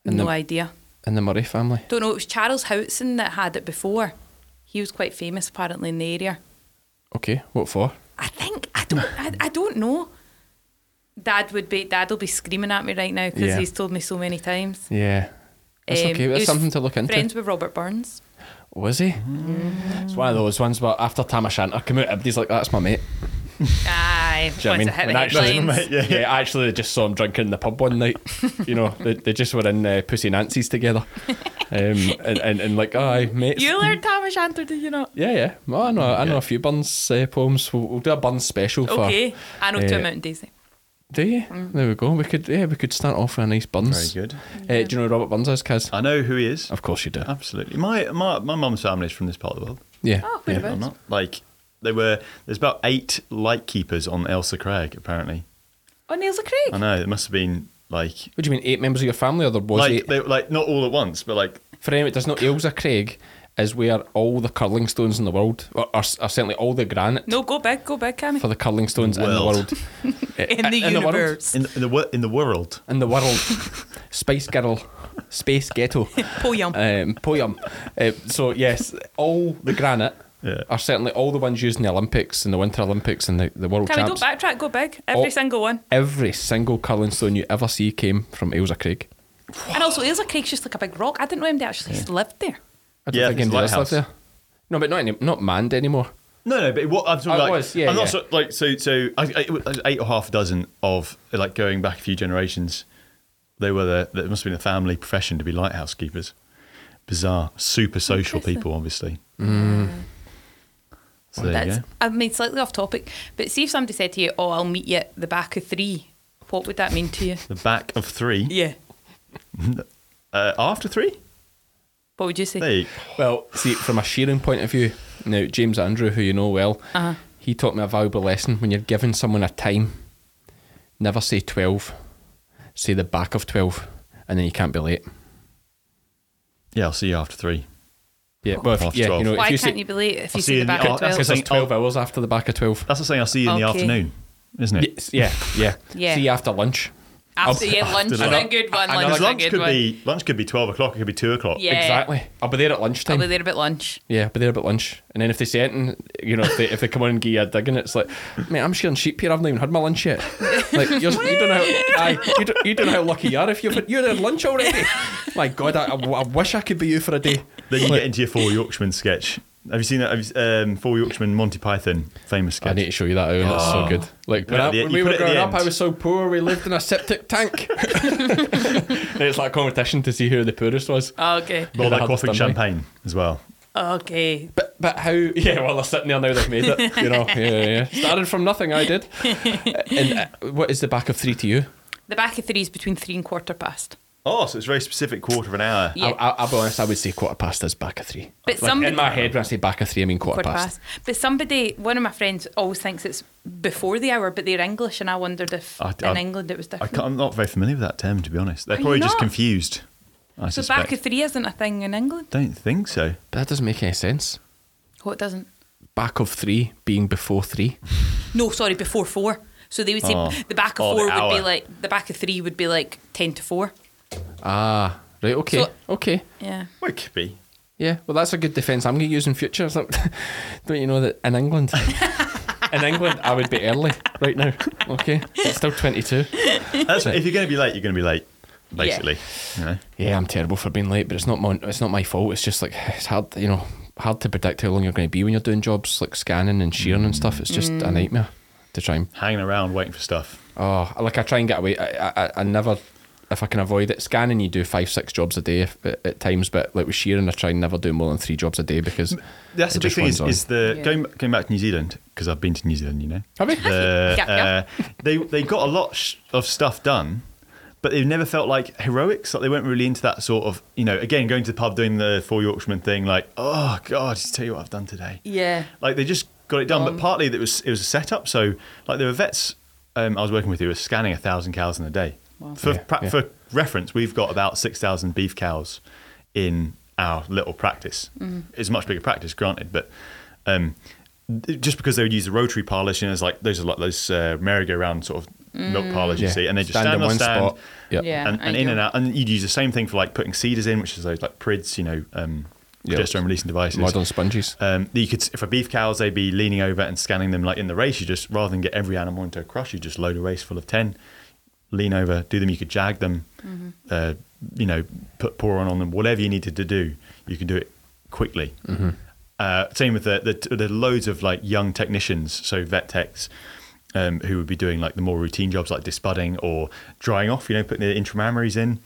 Speaker 4: in
Speaker 5: no
Speaker 4: the
Speaker 5: idea.
Speaker 4: in the Murray family?
Speaker 5: Don't know, it was Charles Houghton that had it before. He was quite famous apparently in the area.
Speaker 4: Okay. What for?
Speaker 5: I think I don't I, I don't know. Dad would be dad will be screaming at me right now because
Speaker 4: Yeah.
Speaker 5: he's told me so many times.
Speaker 4: Yeah. That's
Speaker 5: Um,
Speaker 4: okay.
Speaker 5: he
Speaker 4: That's
Speaker 5: was
Speaker 4: something to look into.
Speaker 5: Friends with Robert Burns.
Speaker 4: Was he? Mm. It's one of those ones. But after Tam O'Shanter come out, everybody's like, "That's my mate."
Speaker 5: Aye,
Speaker 4: Do
Speaker 5: once
Speaker 4: you know what I mean?
Speaker 5: it hit the
Speaker 4: And actually,
Speaker 5: headlines.
Speaker 4: yeah. actually, they just saw him drinking in the pub one night. you know, they, they just were in uh, Pussy Nancy's together, um, and, and and like, aye, mates.
Speaker 5: You learned Tam O'Shanter, did you not?
Speaker 4: yeah, yeah. Well, I know, I know a few Burns uh, poems. We'll, we'll do a Burns special for.
Speaker 5: Okay, Mm. I know two
Speaker 4: uh,
Speaker 5: Mountain Daisy.
Speaker 4: Do you? There we go. We could yeah, we could start off with a nice
Speaker 3: Very
Speaker 4: buns.
Speaker 3: good.
Speaker 4: Uh, do you know who Robert Burns is, Kaz? Uh,
Speaker 3: I know who he is.
Speaker 4: Of course you do.
Speaker 3: Absolutely. My my my mum's family is from this part of the world.
Speaker 4: Yeah.
Speaker 5: Oh,
Speaker 4: yeah.
Speaker 5: whereabouts?
Speaker 3: I'm not like they were. There's about eight lightkeepers on Elsa Craig apparently.
Speaker 5: Oh, Niels
Speaker 3: I
Speaker 4: uh,
Speaker 5: Craig.
Speaker 3: know it must have been like
Speaker 4: What do you mean, eight members of your family, or there was
Speaker 3: like
Speaker 4: eight?
Speaker 3: they, like not all at once, but like
Speaker 4: For anyone that does not, Ailsa Craig is where all the curling stones in the world, or, or, or certainly all the granite
Speaker 5: No, go big, go big, Cammy.
Speaker 4: for the curling stones in the
Speaker 3: World.
Speaker 4: world.
Speaker 5: in the
Speaker 4: in the world.
Speaker 5: universe.
Speaker 3: in the, in the wor- in the world.
Speaker 4: In the world. Spice Girl. Space Ghetto.
Speaker 5: Poem.
Speaker 4: Um, poem. Uh, so, yes, all the granite.
Speaker 3: Yeah.
Speaker 4: Are certainly all the ones used in the Olympics and the Winter Olympics and the, the World
Speaker 5: Cammy, go
Speaker 4: Champs.
Speaker 5: backtrack, go big. Every
Speaker 4: Oh.
Speaker 5: single one.
Speaker 4: Every single curling stone you ever see came from Ailsa Craig.
Speaker 5: And also, Niels Craig's just like a big rock. I didn't know him to actually lived there.
Speaker 4: I don't
Speaker 3: Yeah,
Speaker 4: think
Speaker 3: it's
Speaker 4: anybody else
Speaker 3: Lighthouse.
Speaker 4: lives there. No, but not any, not manned anymore.
Speaker 3: No, no, but what I'm talking
Speaker 4: Oh, it
Speaker 3: like,
Speaker 4: was, yeah,
Speaker 3: I'm not
Speaker 4: yeah.
Speaker 3: so, like so so I, I, it was eight or half a dozen of like going back a few generations. They were the, that must have been a family profession to be lighthouse keepers. Bizarre, super social people, obviously.
Speaker 4: Mm.
Speaker 3: So there you
Speaker 5: That's,
Speaker 3: go.
Speaker 5: I mean, slightly off topic, but see if somebody said to you, "Oh, I'll meet you at the back of three, what would that mean to you?
Speaker 3: The back of three.
Speaker 5: Yeah.
Speaker 3: Uh, after three?
Speaker 5: What would you say?
Speaker 3: There you
Speaker 4: Well, see, from a sharing point of view, now James Andrew, who you know well,
Speaker 5: Uh-huh.
Speaker 4: he taught me a valuable lesson. When you're giving someone a time, never say twelve, say the back of twelve, and then you can't be late.
Speaker 3: Yeah, I'll see you after three.
Speaker 4: Yeah, well, if,
Speaker 3: Half
Speaker 4: yeah,
Speaker 3: 12.
Speaker 4: you know,
Speaker 5: Why
Speaker 4: if you
Speaker 5: can't
Speaker 4: say,
Speaker 5: you be late if you
Speaker 3: I'll
Speaker 5: see the
Speaker 3: in the-
Speaker 5: back
Speaker 3: oh,
Speaker 5: at
Speaker 3: that's
Speaker 5: 12?
Speaker 4: because
Speaker 3: the thing,
Speaker 4: there's
Speaker 3: I'll-
Speaker 4: twelve hours after the back of twelve.
Speaker 3: That's the saying I'll see you in the
Speaker 5: Okay.
Speaker 3: afternoon, isn't it?
Speaker 4: Yes, yeah, yeah,
Speaker 5: Yeah.
Speaker 4: See you after lunch.
Speaker 5: After, yeah, lunch is a
Speaker 3: lunch.
Speaker 5: good one.
Speaker 4: Another-
Speaker 5: Lunch is
Speaker 3: Because
Speaker 5: a
Speaker 3: lunch
Speaker 5: good
Speaker 3: could
Speaker 5: one.
Speaker 3: be lunch could be twelve o'clock, it could be two o'clock.
Speaker 5: Yeah.
Speaker 4: Exactly. I'll be there at lunchtime.
Speaker 5: I'll be there about lunch.
Speaker 4: Yeah, but they're about lunch. And then if they say anything, you know, if they, if they come on and give you a digging, it's like, mate, I'm sharing sheep here. I've not even had my lunch yet. Like, you're, you don't know, how, aye, you, don't, you don't know how lucky you are if you've you're had lunch already. my God, I, I w- I wish I could be you for a day.
Speaker 3: Then you get into your four Yorkshiremen sketch. Have you seen that? Have you, um, four Yorkshiremen Monty Python famous sketch?
Speaker 4: I need to show you that. Owen. That's so good. Like
Speaker 3: put
Speaker 4: when,
Speaker 3: it
Speaker 4: I,
Speaker 3: at the-
Speaker 4: when
Speaker 3: Oh. you
Speaker 4: we
Speaker 3: put it
Speaker 4: were
Speaker 3: at the
Speaker 4: growing up,
Speaker 3: end.
Speaker 4: I was so poor. We lived in a septic tank. And it's like a competition to see who the poorest was.
Speaker 5: Okay.
Speaker 3: Well,
Speaker 4: Could I
Speaker 3: like
Speaker 4: have
Speaker 3: quaffing
Speaker 4: done, mate?
Speaker 3: champagne as well.
Speaker 5: Okay.
Speaker 4: But but how? Yeah, well, they're sitting there now. They've made it. You know. Yeah, yeah. Started from nothing. I did. And uh, what is the back of three to you?
Speaker 5: The back of three is between three and quarter past.
Speaker 3: Oh, so it's very specific quarter of an hour.
Speaker 5: Yeah.
Speaker 4: I, I, I'll be honest, I would say quarter past is back of three.
Speaker 5: But
Speaker 4: like,
Speaker 5: somebody-
Speaker 4: in my head, when I say back of three, I mean quarter,
Speaker 5: Quarter
Speaker 4: past.
Speaker 5: past. But somebody, one of my friends, always thinks it's before the hour, but they're English, and I wondered if
Speaker 3: I-
Speaker 5: in
Speaker 3: I-
Speaker 5: England it was
Speaker 3: I
Speaker 5: different.
Speaker 3: can't, I'm not very familiar with that term, to be honest. They're
Speaker 5: Are you
Speaker 3: probably just
Speaker 5: not?
Speaker 3: confused. I
Speaker 5: So
Speaker 3: suspect.
Speaker 5: back of three isn't a thing in England.
Speaker 3: Don't think so.
Speaker 4: But that doesn't make any sense.
Speaker 5: Oh, it doesn't.
Speaker 4: Back of three being before three.
Speaker 5: No, sorry, before four. So they would say
Speaker 3: Oh.
Speaker 5: the back of
Speaker 3: Oh, the
Speaker 5: four would be
Speaker 3: hour.
Speaker 5: like the back of three would be like ten to four.
Speaker 4: Ah, right, okay,
Speaker 5: So-
Speaker 4: okay.
Speaker 5: Yeah.
Speaker 3: Well, it could be.
Speaker 4: Yeah, well, that's a good defence I'm going to use in future. So, don't you know that in England, in England, I would be early right now, okay? It's still 22.
Speaker 3: That's, if you're going to be late, you're going to be late, basically. You know?
Speaker 4: Yeah, I'm terrible for being late, but it's not my it's not my fault. It's just like it's hard, you know, hard to predict how long you're going to be when you're doing jobs like scanning and shearing and stuff. It's just
Speaker 3: Mm.
Speaker 4: a nightmare to try and
Speaker 3: Hanging around waiting for stuff.
Speaker 4: Oh, like I try and get away. I, I, I- I never, if I can avoid it, scanning you do five, six jobs a day if, at, at times, but like with shearing, I try and never do more than three jobs a day because
Speaker 3: That's the
Speaker 4: it
Speaker 3: big
Speaker 4: just
Speaker 3: thing
Speaker 4: runs
Speaker 3: is,
Speaker 4: on.
Speaker 3: is the
Speaker 5: Yeah.
Speaker 3: going, going back to New Zealand, because I've been to New Zealand, you know.
Speaker 4: Have you?
Speaker 3: The,
Speaker 5: Yeah, yeah.
Speaker 3: uh, they, they got a lot sh- of stuff done, but they've never felt like heroics. Like they weren't really into that sort of, you know, again, going to the pub, doing the four Yorkshiremen thing, like, oh, God, just tell you what I've done today.
Speaker 5: Yeah.
Speaker 3: Like they just got it done, but partly it was it was a setup. So like there were vets um, I was working with who were scanning a thousand cows in a day. For
Speaker 4: Yeah,
Speaker 3: pra-
Speaker 4: yeah.
Speaker 3: for reference, we've got about six thousand beef cows in our little practice. It's a much bigger practice, granted, but. Um, th- just because they would use the rotary parlage, you know, it's like those are like those uh, merry-go-round sort of milk parlage you
Speaker 4: Yeah.
Speaker 3: see, and they just
Speaker 4: Stand
Speaker 3: stand,
Speaker 4: in
Speaker 3: on
Speaker 4: one
Speaker 3: stand,
Speaker 4: spot. Yep.
Speaker 5: Yeah,
Speaker 3: and, and in
Speaker 5: ideal.
Speaker 3: and out, and you'd use the same thing for like putting cedars in, which is those like prids, you know, um,
Speaker 4: Yeah.
Speaker 3: progesterone releasing devices
Speaker 4: modern sponges.
Speaker 3: um, that you could for beef cows they'd be leaning over and scanning them like in the race you just rather than get every animal into a crush you just load a race full of 10 lean over do them you could jag them uh, you know put pour on them whatever you needed to do you can do it quickly uh, same with the, the the loads of like young technicians so vet techs um, who would be doing like the more routine jobs like dispudding or drying off you know putting the intramammaries in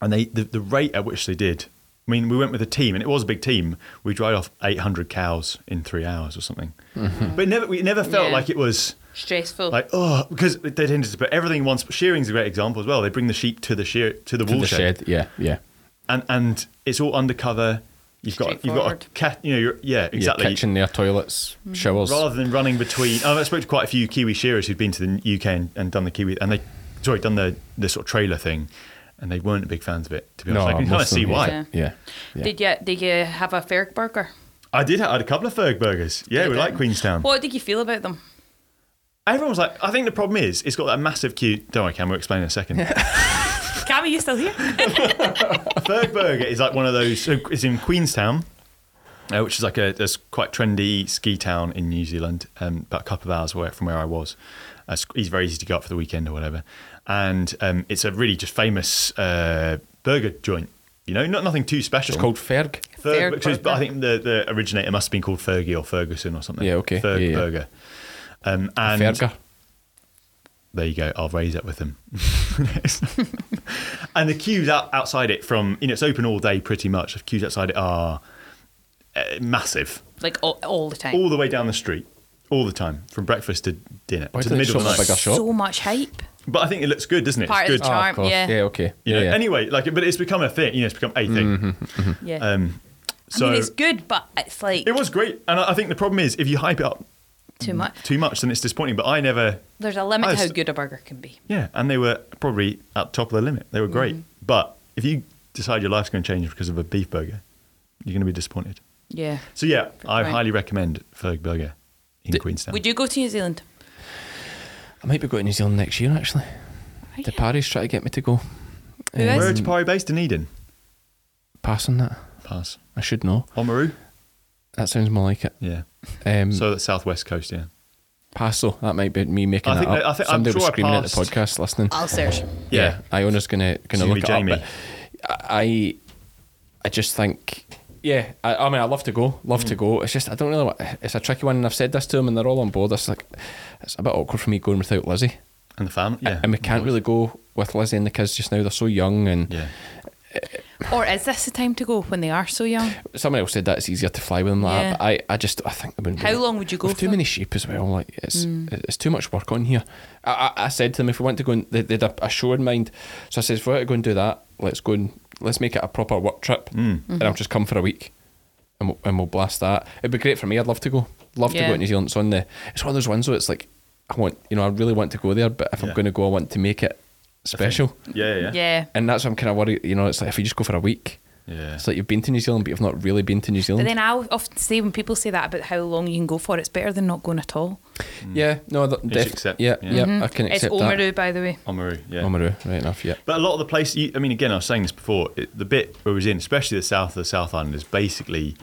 Speaker 3: and they the, the rate at which they did i mean we went with a team and it was a big team we dried off 800 cows in three hours or something but it never we never felt
Speaker 5: Mm-hmm. Yeah.
Speaker 3: like it was
Speaker 5: Stressful.
Speaker 3: like oh because they tended to put everything in one spot shearing's a great example as well they bring the sheep to the shear to the
Speaker 4: To
Speaker 3: wool
Speaker 4: the
Speaker 3: shed,
Speaker 4: shed. Yeah, yeah.
Speaker 3: and and it's all undercover you've got you've got a
Speaker 5: Straightforward.
Speaker 3: cat you know you're, yeah exactly
Speaker 4: Yeah, kitchen there, toilets, showers.
Speaker 3: Mm. rather than running between oh, I spoke to quite a few Kiwi shearers who'd been to the UK and, and done the Kiwi and they sorry done the the sort of trailer thing and they weren't big fans of it to be honest I can kind of
Speaker 4: most them
Speaker 3: see
Speaker 4: hate
Speaker 3: why
Speaker 4: it. Yeah. yeah.
Speaker 5: Did you did you have a Ferg burger?
Speaker 3: I did I had a couple of Ferg burgers yeah we
Speaker 5: Did
Speaker 3: like
Speaker 5: you?
Speaker 3: Queenstown
Speaker 5: What did you feel about them?
Speaker 3: everyone was like I think the problem is it's got that massive queue don't worry Cam we'll explain in a second
Speaker 5: Cam, are you still here?
Speaker 3: Ferg burger is like one of those so it's in Queenstown uh, which is like a, a quite trendy ski town in New Zealand, um, about a couple of hours away from where I was. Uh, it's- it's very easy to go up for the weekend or whatever, and um, it's a really just famous uh, burger joint. You know, not nothing too special.
Speaker 4: It's called Ferg.
Speaker 3: Ferg,
Speaker 5: Ferg
Speaker 3: which is- but I
Speaker 5: Burger.
Speaker 3: think the, the originator must have been called Fergie or Ferguson or something.
Speaker 4: Yeah, okay.
Speaker 3: Ferg
Speaker 4: Yeah, yeah.
Speaker 3: Burger. Um, and
Speaker 4: Ferger.
Speaker 3: there you go. I'll raise it with them. and the queues out, outside it from, you know, it's open all day pretty much. The queues outside it are uh, massive,
Speaker 5: like all, all the time.
Speaker 3: all the way down the street, all the time, from breakfast to dinner to the
Speaker 4: did it
Speaker 3: middle of
Speaker 4: show
Speaker 3: the
Speaker 4: up
Speaker 3: night.
Speaker 4: like a- shop.
Speaker 5: So much hype.
Speaker 3: But I think it looks good, doesn't it?
Speaker 5: Part
Speaker 3: it's
Speaker 5: Oh, of
Speaker 3: good.
Speaker 5: the charm. yeah.
Speaker 4: Yeah, okay.
Speaker 3: You know,
Speaker 4: Yeah, Mm-hmm. yeah.
Speaker 3: Anyway, like, but it's become a thing. You know, it's become a thing.
Speaker 5: yeah.
Speaker 3: Um, so
Speaker 5: I mean, it's good, but it's like
Speaker 3: it was great, and I I think the problem is if you hype it up
Speaker 5: too much.
Speaker 3: too much, then it's disappointing. But I never,
Speaker 5: There's a limit
Speaker 3: I
Speaker 5: to how
Speaker 3: s-
Speaker 5: good a burger can be.
Speaker 3: yeah, and they were probably at the top of the limit. They were great, but if you decide your life's going to change because of a beef burger, you're going to be disappointed.
Speaker 5: Yeah.
Speaker 3: So yeah, I
Speaker 5: Right.
Speaker 3: highly recommend Ferg Burger in Queenstown.
Speaker 5: Would you go to New Zealand?
Speaker 4: I might be going to New Zealand next year actually. The Paris try to get me to go.
Speaker 5: Who
Speaker 4: Um,
Speaker 3: Where are Tapari based? Dunedin.
Speaker 4: Pass on that.
Speaker 3: Pass.
Speaker 4: I should know.
Speaker 3: Oamaru.
Speaker 4: That sounds more like it.
Speaker 3: Yeah.
Speaker 4: Um,
Speaker 3: So that's southwest coast. Yeah.
Speaker 4: Paso. That might be me making
Speaker 3: I
Speaker 4: that
Speaker 3: think
Speaker 4: up.
Speaker 3: that- I think- I'm
Speaker 4: Somebody
Speaker 3: sure
Speaker 4: was
Speaker 3: I
Speaker 4: screaming at the
Speaker 3: passed-
Speaker 4: podcast listening.
Speaker 5: I'll search.
Speaker 3: Yeah.
Speaker 4: Iona's gonna
Speaker 3: It's
Speaker 4: gonna
Speaker 3: gonna
Speaker 4: look
Speaker 3: be
Speaker 4: it
Speaker 3: Jamie.
Speaker 4: up. But I I just think. Yeah, I, I mean, I love to go, love
Speaker 3: Mm.
Speaker 4: to go. It's just I don't really. want- It's a tricky one, and I've said this to them, and they're all on board. It's like it's a bit awkward for me going without Lizzie,
Speaker 3: And the family. Yeah.
Speaker 4: and we can't really go with Lizzie and the kids just now. They're so young, and
Speaker 3: Yeah.
Speaker 5: Or is this the time to go when they are so young?
Speaker 4: someone else said that it's easier to fly with them. Like
Speaker 5: Yeah.
Speaker 4: that, but I, I just I think they wouldn't.
Speaker 5: How
Speaker 4: want it.
Speaker 5: long would you go
Speaker 4: With too
Speaker 5: for? Hmm.
Speaker 4: many sheep as well. Like it's it's too much work on here. I, I, I said to them if we want to go and they, they had a, a show in mind, so I said if we want to go and do that, let's go and let's make it a proper work trip, and I'll just come for a week, and we'll, and we'll blast that. It'd be great for me. I'd love to go. Love to
Speaker 5: Yeah.
Speaker 4: go to New Zealand. It's on the. It's one of those ones where it's like I want you know I really want to go there, but if
Speaker 3: Yeah.
Speaker 4: I'm going to go, I want to make it special.
Speaker 3: Yeah. Yeah. Yeah.
Speaker 5: Yeah.
Speaker 4: And that's what I'm kind of worried. You know, it's like if you just go for a week,
Speaker 3: Yeah.
Speaker 4: it's like you've been to New Zealand, but you've not really been to New
Speaker 5: But
Speaker 4: Zealand.
Speaker 5: then I often say when people say that about how long you can go for, it's better than not going at all.
Speaker 4: Mm. Yeah, no, that, def-
Speaker 3: accept-
Speaker 4: yeah,
Speaker 3: yeah.
Speaker 4: yeah, I can
Speaker 5: It's
Speaker 4: accept
Speaker 5: Omaru,
Speaker 4: that.
Speaker 5: by the way.
Speaker 3: Oamaru. Yeah.
Speaker 4: Omaru, right enough, yeah.
Speaker 3: But a lot of the place, you, I mean, again, I was saying this before, it, the bit where it was in, especially the south of the South Island, is basically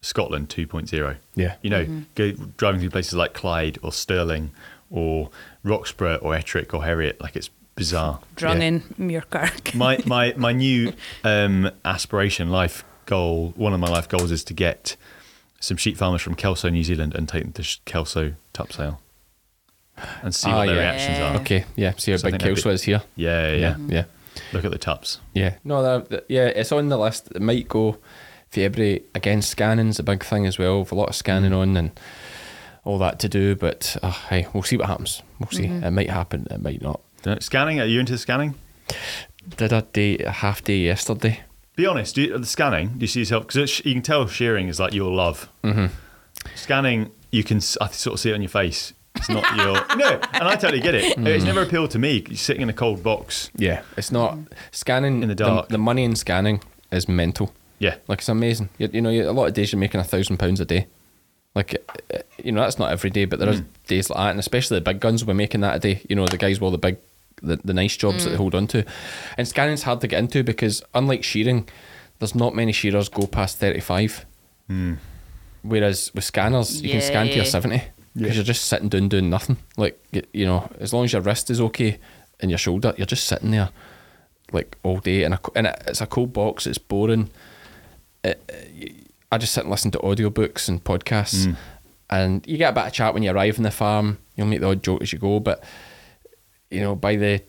Speaker 3: Scotland 2.0.
Speaker 4: Yeah.
Speaker 3: You know, go, driving through places like Clyde or Stirling or Roxburgh or Ettrick or Heriot, like it's bizarre.
Speaker 5: Drunnan, Muirkirk.
Speaker 3: My, my, my new um, aspiration, life goal, one of my life goals is to get some sheep farmers from Kelso, New Zealand, and take them to Sh- Kelso Tupsale and see
Speaker 4: Ah,
Speaker 3: what their
Speaker 4: yeah.
Speaker 3: reactions are.
Speaker 4: Okay, yeah, see how
Speaker 3: So I
Speaker 4: big
Speaker 3: think that'd
Speaker 4: Kelso
Speaker 3: be-
Speaker 4: is here.
Speaker 3: Yeah, yeah, yeah.
Speaker 4: Yeah, yeah,
Speaker 3: Look at the tups.
Speaker 4: yeah. No, that, that- yeah, it's on the list. It might go February. Again, scanning's a big thing as well. With a lot of scanning on and all that to do, but uh, hey, we'll see what happens. We'll see. It might happen, it might not.
Speaker 3: Don't- Scanning? Are you into scanning?
Speaker 4: Did a day, a half day yesterday.
Speaker 3: Be honest. Do you, the scanning? Do you see yourself? Because you can tell shearing is like your love.
Speaker 4: Mm-hmm.
Speaker 3: Scanning, you can. s- I sort of see it on your face. It's not your no, and I totally get it.
Speaker 4: Mm.
Speaker 3: It's never appealed to me. You're sitting in a cold box.
Speaker 4: Yeah, Mm. it's not scanning
Speaker 3: In the dark.
Speaker 4: The, money in scanning is mental.
Speaker 3: Yeah.
Speaker 4: like it's amazing. You, you know, you, a lot of days you're making a thousand pounds a day. Like, uh, you know, that's not every day, but there are days like that, and especially the big guns will be making that a day. You know, the guys with all the big, the, the nice jobs that they hold on to, and scanning's hard to get into because unlike shearing, there's not many shearers go past thirty five. Whereas with scanners, you can scan to
Speaker 5: Yeah.
Speaker 4: your seventy because you're just sitting down doing nothing. Like y- you know, as long as your wrist is okay and your shoulder, you're just sitting there like all day, and, a, co- and it- it's a cold box. It's boring. It- y- I just sit and listen to audiobooks and podcasts,
Speaker 3: Mm.
Speaker 4: and you get a bit of chat when you arrive in the farm. You'll make the odd joke as you go, but you know by the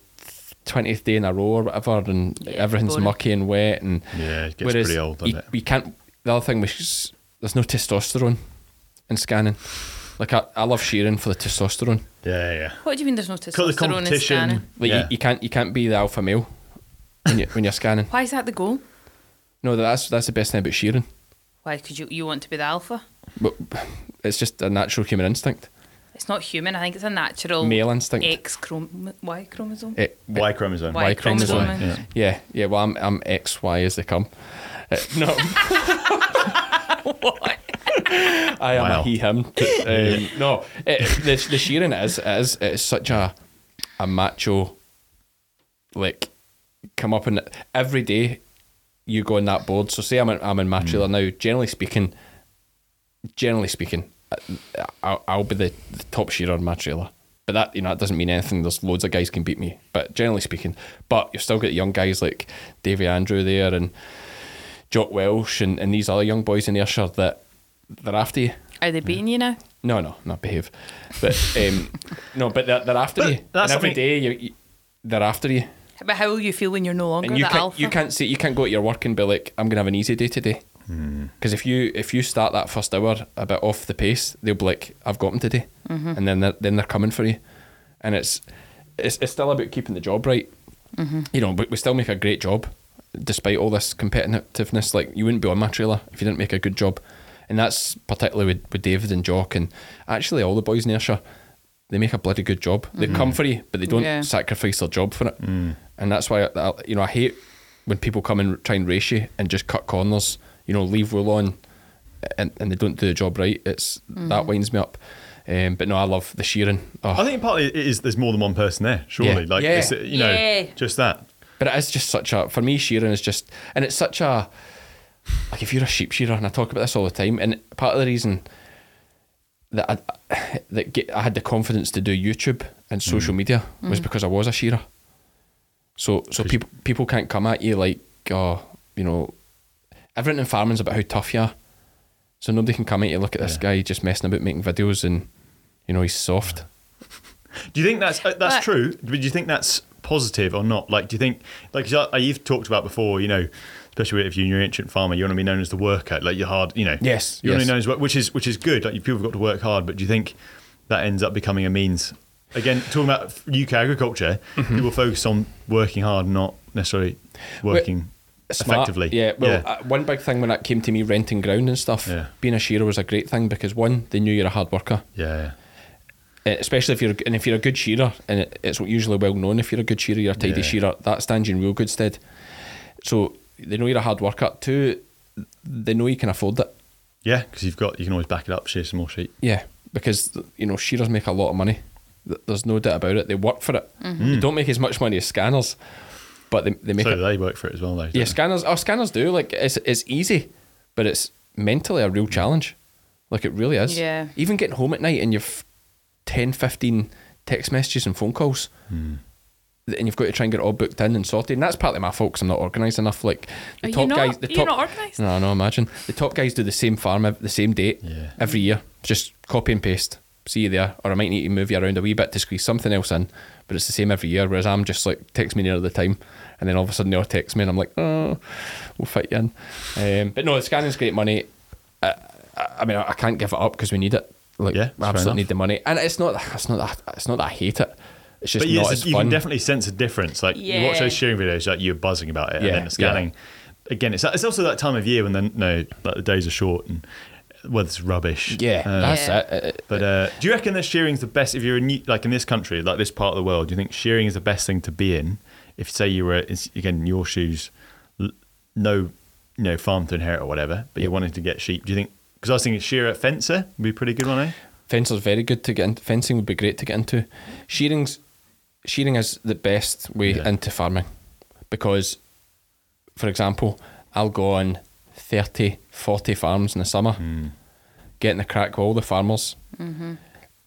Speaker 4: twentieth day in a row or whatever, and
Speaker 5: Yeah, it's
Speaker 4: everything's
Speaker 5: boring.
Speaker 4: mucky and wet, and
Speaker 3: Yeah, it gets
Speaker 4: Whereas
Speaker 3: pretty old,
Speaker 4: you-
Speaker 3: doesn't it?
Speaker 4: We can't. The other thing was there's no testosterone in scanning. Like I, I love shearing for the testosterone.
Speaker 3: Yeah, yeah.
Speaker 5: What do you mean there's no
Speaker 3: Cut the
Speaker 5: testosterone in scanning?
Speaker 3: competition.
Speaker 4: Like
Speaker 3: yeah.
Speaker 4: you, you can't you can't be the alpha male when you when you're scanning.
Speaker 5: Why is that the goal?
Speaker 4: No, that's that's the best thing about shearing.
Speaker 5: Why? Because you, you want to be the alpha?
Speaker 4: But it's just a natural human instinct.
Speaker 5: It's not human. I think it's a natural
Speaker 4: Male instinct. Eh,
Speaker 5: X chrom- Y chromosome.
Speaker 4: It- it-
Speaker 3: Y chromosome.
Speaker 5: Y chromosome.
Speaker 3: Yeah.
Speaker 4: yeah, yeah. Well, I'm I'm X Y as they come. Uh, no. I am
Speaker 3: Wow.
Speaker 4: a he him. t- um, no, it, the the shearing is is it's such a a macho like come up and every day you go on that board. So say I'm in, I'm in Matriller now. Generally speaking, generally speaking, I- I'll, I'll be the, the top shearer on my trailer. But that you know that doesn't mean anything. There's loads of guys can beat me. But generally speaking, but you've still got young guys like Davy Andrew there and Jock Welsh and, and these other young boys in Ayrshire that they're after you.
Speaker 5: Are they beating you now?
Speaker 4: No, no, not behave. But um, no, but they're, they're after
Speaker 3: But
Speaker 4: you.
Speaker 3: that's
Speaker 4: And every
Speaker 3: something-
Speaker 4: day you, you, they're after you.
Speaker 5: But how will you feel when you're no longer
Speaker 4: And you
Speaker 5: the
Speaker 4: can't
Speaker 5: alpha?
Speaker 4: you can't see you can't go to your work and be like I'm gonna have an easy day today. Because if you if you start that first hour a bit off the pace, they'll be like, "I've got them today,"
Speaker 5: Mm-hmm.
Speaker 4: and then they're, then they're coming for you, and it's it's, it's still about keeping the job right. You know, but we still make a great job despite all this competitiveness. Like you wouldn't be on my trailer if you didn't make a good job, and that's particularly with, with David and Jock and actually all the boys in Ayrshire. They make a bloody good job. They come for you, but they don't
Speaker 5: Yeah.
Speaker 4: sacrifice their job for it. And that's why, I, I- you know, I hate when people come and try and race you and just cut corners, you know, leave wool on and, and they don't do the job right. It's That winds me up. Um, but no, I love the shearing. Oh,
Speaker 3: I think partly it is there's more than one person there, surely.
Speaker 4: Yeah.
Speaker 3: Like,
Speaker 4: Yeah.
Speaker 3: It's, you know,
Speaker 5: Yeah.
Speaker 3: just that.
Speaker 4: but it is just such a, for me, shearing is just, and it's such a, like if you're a sheep shearer, and I talk about this all the time, and part of the reason that I, that get, I had the confidence to do YouTube and social media was because I was a shearer. So so people people can't come at you like oh you know everything in farming's about how tough you are. So nobody can come at you. Look at this guy just messing about making videos and you know he's soft.
Speaker 3: Do you think that's uh, that's
Speaker 5: But-
Speaker 3: true? But do you think that's positive or not? Like, do you think like 'cause I- you've talked about before? You know, especially if you're an ancient farmer, you want to be known as the worker. Like you're hard. You know.
Speaker 4: Yes,
Speaker 3: You want to
Speaker 4: yes.
Speaker 3: be known as wo- which is which is good. Like you- people have got to work hard. But do you think that ends up becoming a means? Again, talking about UK agriculture,
Speaker 4: Mm-hmm.
Speaker 3: people focus on working hard, not necessarily working
Speaker 4: Smart.
Speaker 3: effectively.
Speaker 4: Yeah. Well, Uh, one big thing when it came to me renting ground and stuff,
Speaker 3: Yeah.
Speaker 4: being a shearer was a great thing because one, they knew you're a hard worker.
Speaker 3: yeah. yeah.
Speaker 4: Uh, especially if you're and if you're a good shearer, and it, it's usually well known if you're a good shearer, you're a tidy
Speaker 3: Yeah.
Speaker 4: shearer. That stands you in real good stead. So they know you're a hard worker. Two, they know you can afford it.
Speaker 3: Yeah, because you've got you can always back it up, shear some more sheep.
Speaker 4: Yeah, because you know shearers make a lot of money. Th- There's no doubt about it. They work for it.
Speaker 3: Hmm.
Speaker 4: They don't make as much money as scanners, but they they make
Speaker 3: So
Speaker 4: it.
Speaker 3: they work for it as well, though. don't
Speaker 4: Yeah,
Speaker 3: they?
Speaker 4: scanners. Oh, scanners do. Like it's it's easy, but it's mentally a real challenge. Like it really is.
Speaker 5: Yeah.
Speaker 4: Even getting home at night and you've 10, 15 text messages and phone calls, th- and you've got to try and get it all booked in and sorted. And that's partly my fault 'cause I'm not organised enough. Like the
Speaker 5: Are you
Speaker 4: top
Speaker 5: not?
Speaker 4: guys, the
Speaker 5: Are you
Speaker 4: top,
Speaker 5: not organised?
Speaker 4: No, no. Imagine the top guys do the same farm ev- the same date
Speaker 3: Yeah.
Speaker 4: every year. Just copy and paste. See you there, or I might need to move you around a wee bit to squeeze something else in, but it's the same every year. Whereas I'm just like text me near the time, and then all of a sudden they'll text me, and I'm like, oh, we'll fit you in. Um, but no, the scanning's great money. I, I, I mean, I, I can't give it up because we need it. Like,
Speaker 3: Yeah, that's
Speaker 4: I
Speaker 3: fair
Speaker 4: absolutely
Speaker 3: enough.
Speaker 4: need the money, and it's not. It's not that. It's not that I hate it. It's just
Speaker 3: but yes,
Speaker 4: not as
Speaker 3: you
Speaker 4: fun.
Speaker 3: can definitely sense a difference. Like you watch
Speaker 5: Yeah.
Speaker 3: those shearing videos, like you're buzzing about it, and
Speaker 4: Yeah,
Speaker 3: then
Speaker 4: yeah.
Speaker 3: the scanning. Again, it's it's also that time of year when the no, like the days are short and weather's rubbish.
Speaker 4: yeah,
Speaker 3: Uh,
Speaker 4: that's
Speaker 5: Yeah.
Speaker 4: it. It- it-
Speaker 3: but uh, do you reckon that shearing's the best if you're in like in this country, like this part of the world? Do you think shearing is the best thing to be in? If say you were it's- again in your shoes, l- no, you know farm to inherit or whatever, but you wanted to get sheep. Do you think? Because I was thinking shearer at fencer would be a pretty good one, eh?
Speaker 4: Fencer's very good to get into. Fencing would be great to get into. Shearing's shearing is the best way
Speaker 3: Yeah.
Speaker 4: into farming because, for example, I'll go on 30, 40 farms in the summer, getting the crack with all the farmers.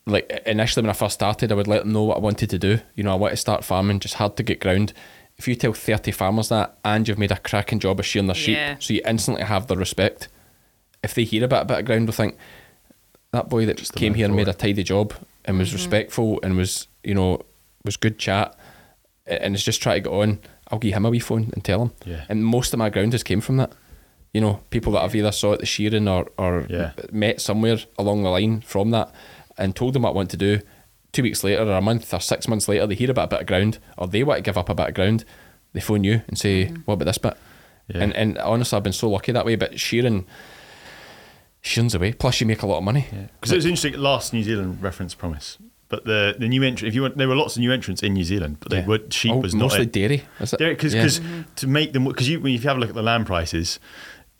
Speaker 4: Like i- initially, when I first started, I would let them know what I wanted to do. You know, I want to start farming, just hard to get ground. If you tell 30 farmers that and you've made a cracking job of shearing their sheep,
Speaker 5: Yeah.
Speaker 4: so you instantly have their respect. If they hear about a bit of ground, they'll think, that boy that
Speaker 3: the
Speaker 4: came
Speaker 3: man
Speaker 4: here and
Speaker 3: for
Speaker 4: made a tidy job and was respectful and was you know was good chat a- and is just trying to get on i'll give him a wee phone and tell him
Speaker 3: Yeah.
Speaker 4: and most of my ground has came from that you know people that i've either saw at the shearing or, or
Speaker 3: Yeah.
Speaker 4: met somewhere along the line from that and told them what i want to do two weeks later or a month or six months later they hear about a bit of ground or they want to give up a bit of ground they phone you and say what about this bit
Speaker 3: Yeah.
Speaker 4: and, and honestly i've been so lucky that way but shearing shearing's away plus you make a lot of money
Speaker 3: Because it was interesting. Last New Zealand reference promise, but the the new entrant. If you went, there were lots of new entrants in New Zealand, but they
Speaker 4: Yeah.
Speaker 3: were sheep
Speaker 4: Oh,
Speaker 3: was not
Speaker 4: mostly
Speaker 3: it.
Speaker 4: dairy, is it?
Speaker 3: Dairy, because
Speaker 4: Yeah.
Speaker 3: to make them because you when if you have a look at the lamb prices,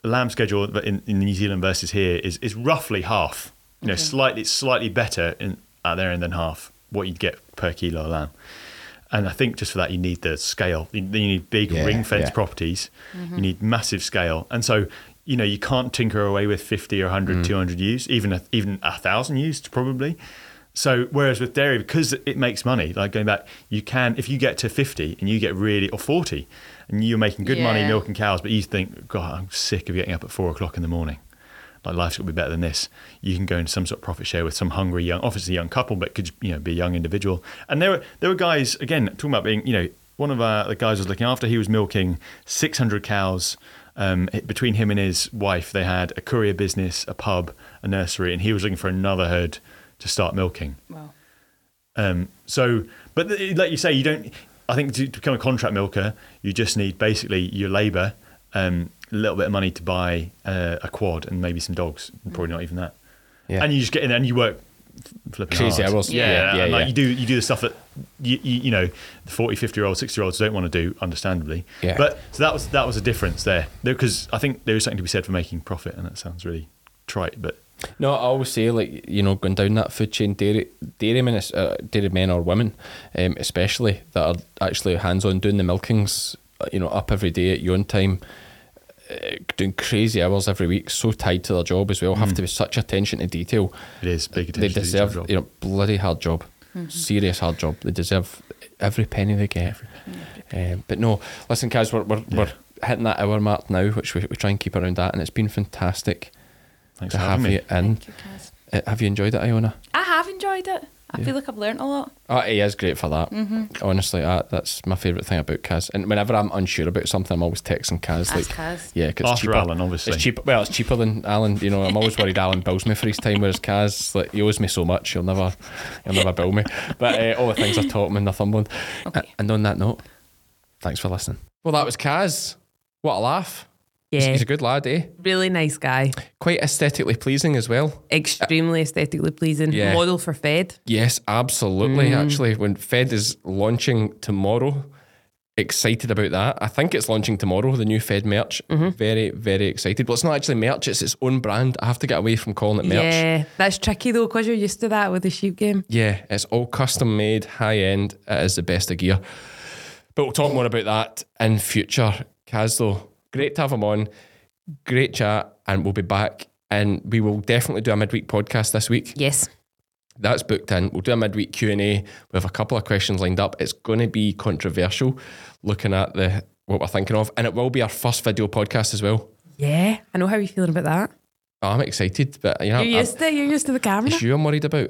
Speaker 3: the lamb schedule in, in New Zealand versus here is is roughly half. You know, slightly it's slightly better in at their end than half what you'd get per kilo of lamb. And I think just for that you need the scale. You, you need big
Speaker 4: Yeah,
Speaker 3: ring fence
Speaker 4: yeah.
Speaker 3: properties. You need massive scale, and so. You know, you can't tinker away with 50 or 100,
Speaker 4: Mm.
Speaker 3: 200 ewes, even a, even a thousand ewes probably. So whereas with dairy, because it makes money, like going back, you can if you get to fifty and you get really or forty, and you're making good money
Speaker 5: Yeah.
Speaker 3: milking cows, but you think, God, I'm sick of getting up at four o'clock in the morning. Like life's gonna be better than this. You can go into some sort of profit share with some hungry young, obviously young couple, but could you know be a young individual. And there were there were guys again talking about being you know one of uh, the guys I was looking after. He was milking six hundred cows um, it- between him and his wife, they had a courier business, a pub, a nursery, and he was looking for another herd to start milking.
Speaker 5: Wow.
Speaker 3: Um, so, but th- like you say, you don't. I think to, to become a contract milker, you just need basically your labour, um, a little bit of money to buy uh, a quad and maybe some dogs. Probably not even that.
Speaker 4: Yeah.
Speaker 3: And you just get in there and you work f- flipping
Speaker 4: Crazy
Speaker 3: hard.
Speaker 4: hours. Yeah, yeah,
Speaker 3: and, like
Speaker 4: yeah.
Speaker 3: you do you do the stuff that you you, you know the 40, 50 year olds, 60 year olds don't want to do, understandably.
Speaker 4: Yeah.
Speaker 3: But so that was that was a difference there because I think there is something to be said for making profit, and that sounds really trite, but
Speaker 4: No, I always say like you know going down that food chain, dairy dairy men, is- uh, dairy men or women, um, especially that are actually hands on doing the milkings. uh, You know, up every day at yawn time, uh, doing crazy hours every week, so tied to their job as well. Have to be such attention to detail.
Speaker 3: it is big attention.
Speaker 4: They
Speaker 3: to detail
Speaker 4: deserve
Speaker 3: job.
Speaker 4: you know bloody hard job, serious hard job. They deserve Mm-hmm. every penny they get. Um, but no, listen, guys, we're we're, we're hitting that hour mark now, which we, we try and keep around that, and it's been fantastic
Speaker 3: Thanks
Speaker 4: to
Speaker 3: for
Speaker 4: have
Speaker 3: having me.
Speaker 4: you in.
Speaker 5: Thank you, Kaz.
Speaker 4: Uh, have you enjoyed it, Iona?
Speaker 5: I have enjoyed it. I feel like I've learnt a lot.
Speaker 4: Oh, he is great for that. Honestly, I, that's my favourite thing about Kaz. And whenever I'm unsure about something, I'm always texting Kaz. Like,
Speaker 5: Ask Kaz.
Speaker 4: yeah, 'cause it's
Speaker 3: After
Speaker 4: cheaper.
Speaker 3: Alan, obviously.
Speaker 4: It's cheaper. Well, it's cheaper than Alan. You know, I'm always worried Alan bills me for his time, whereas Kaz, like, he owes me so much, he'll never, he'll never bill me. But uh, all the things I taught him in Northumberland.
Speaker 5: Okay.
Speaker 4: A- And on that note, thanks for listening. Well, that was Kaz. What a laugh. He's-
Speaker 2: Yeah,
Speaker 4: He's a good lad, eh?
Speaker 2: really nice guy.
Speaker 4: Quite aesthetically pleasing as well.
Speaker 2: Extremely aesthetically pleasing.
Speaker 4: Yeah.
Speaker 2: Model for Fed.
Speaker 4: Yes, absolutely. Actually, when Fed is launching tomorrow, excited about that. I think it's launching tomorrow, the new Fed merch. Very, very excited. Well, it's not actually merch, it's its own brand. I have to get away from calling it merch. Yeah,
Speaker 2: Yeah, that's tricky though because you're used to that with the sheep game.
Speaker 4: it's all custom made, high end. It is the best of gear. But we'll talk more about that in future. Kaz, though, great to have him on. Great chat, and we'll be back. And we will definitely do a midweek podcast this week.
Speaker 2: Yes,
Speaker 4: that's booked in. We'll do a midweek Q and A. We have a couple of questions lined up. It's going to be controversial, looking at the what we're thinking of, and it will be our first video podcast as well.
Speaker 2: yeah. I know how you're feeling about that.
Speaker 4: I'm excited, but you know,
Speaker 2: You're
Speaker 4: I'm-
Speaker 2: used to it. You're used to the camera.
Speaker 4: it's you I'm worried about.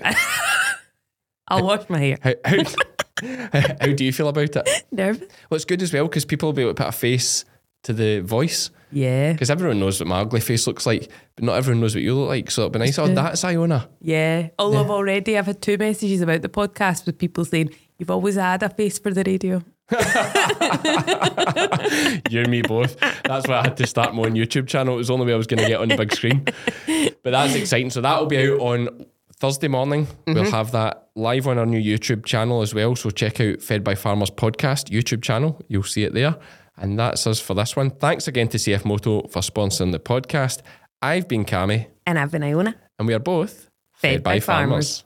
Speaker 2: I'll wash my hair.
Speaker 4: How, how, how do you feel about it?
Speaker 2: Nervous.
Speaker 4: Well, it's good as well because people will be able to put a face to the voice
Speaker 2: Yeah,
Speaker 4: because everyone knows what my ugly face looks like, but not everyone knows what you look like. So it'll be nice. Oh, that's Iona.
Speaker 2: yeah. Although I've already, I've had two messages about the podcast with people saying you've always had a face for the radio.
Speaker 4: you and me both. That's why I had to start my own YouTube channel. It was the only way I was going to get on the big screen. But that's exciting. So that'll be out on Thursday morning.
Speaker 2: Mm-hmm.
Speaker 4: We'll have that live on our new YouTube channel as well. So check out Fed by Farmers podcast YouTube channel. You'll see it there. And that's us for this one. Thanks again to CF Moto for sponsoring the podcast. I've been Cami,
Speaker 2: And I've been Iona.
Speaker 4: and we are both
Speaker 2: Fed by Farmers.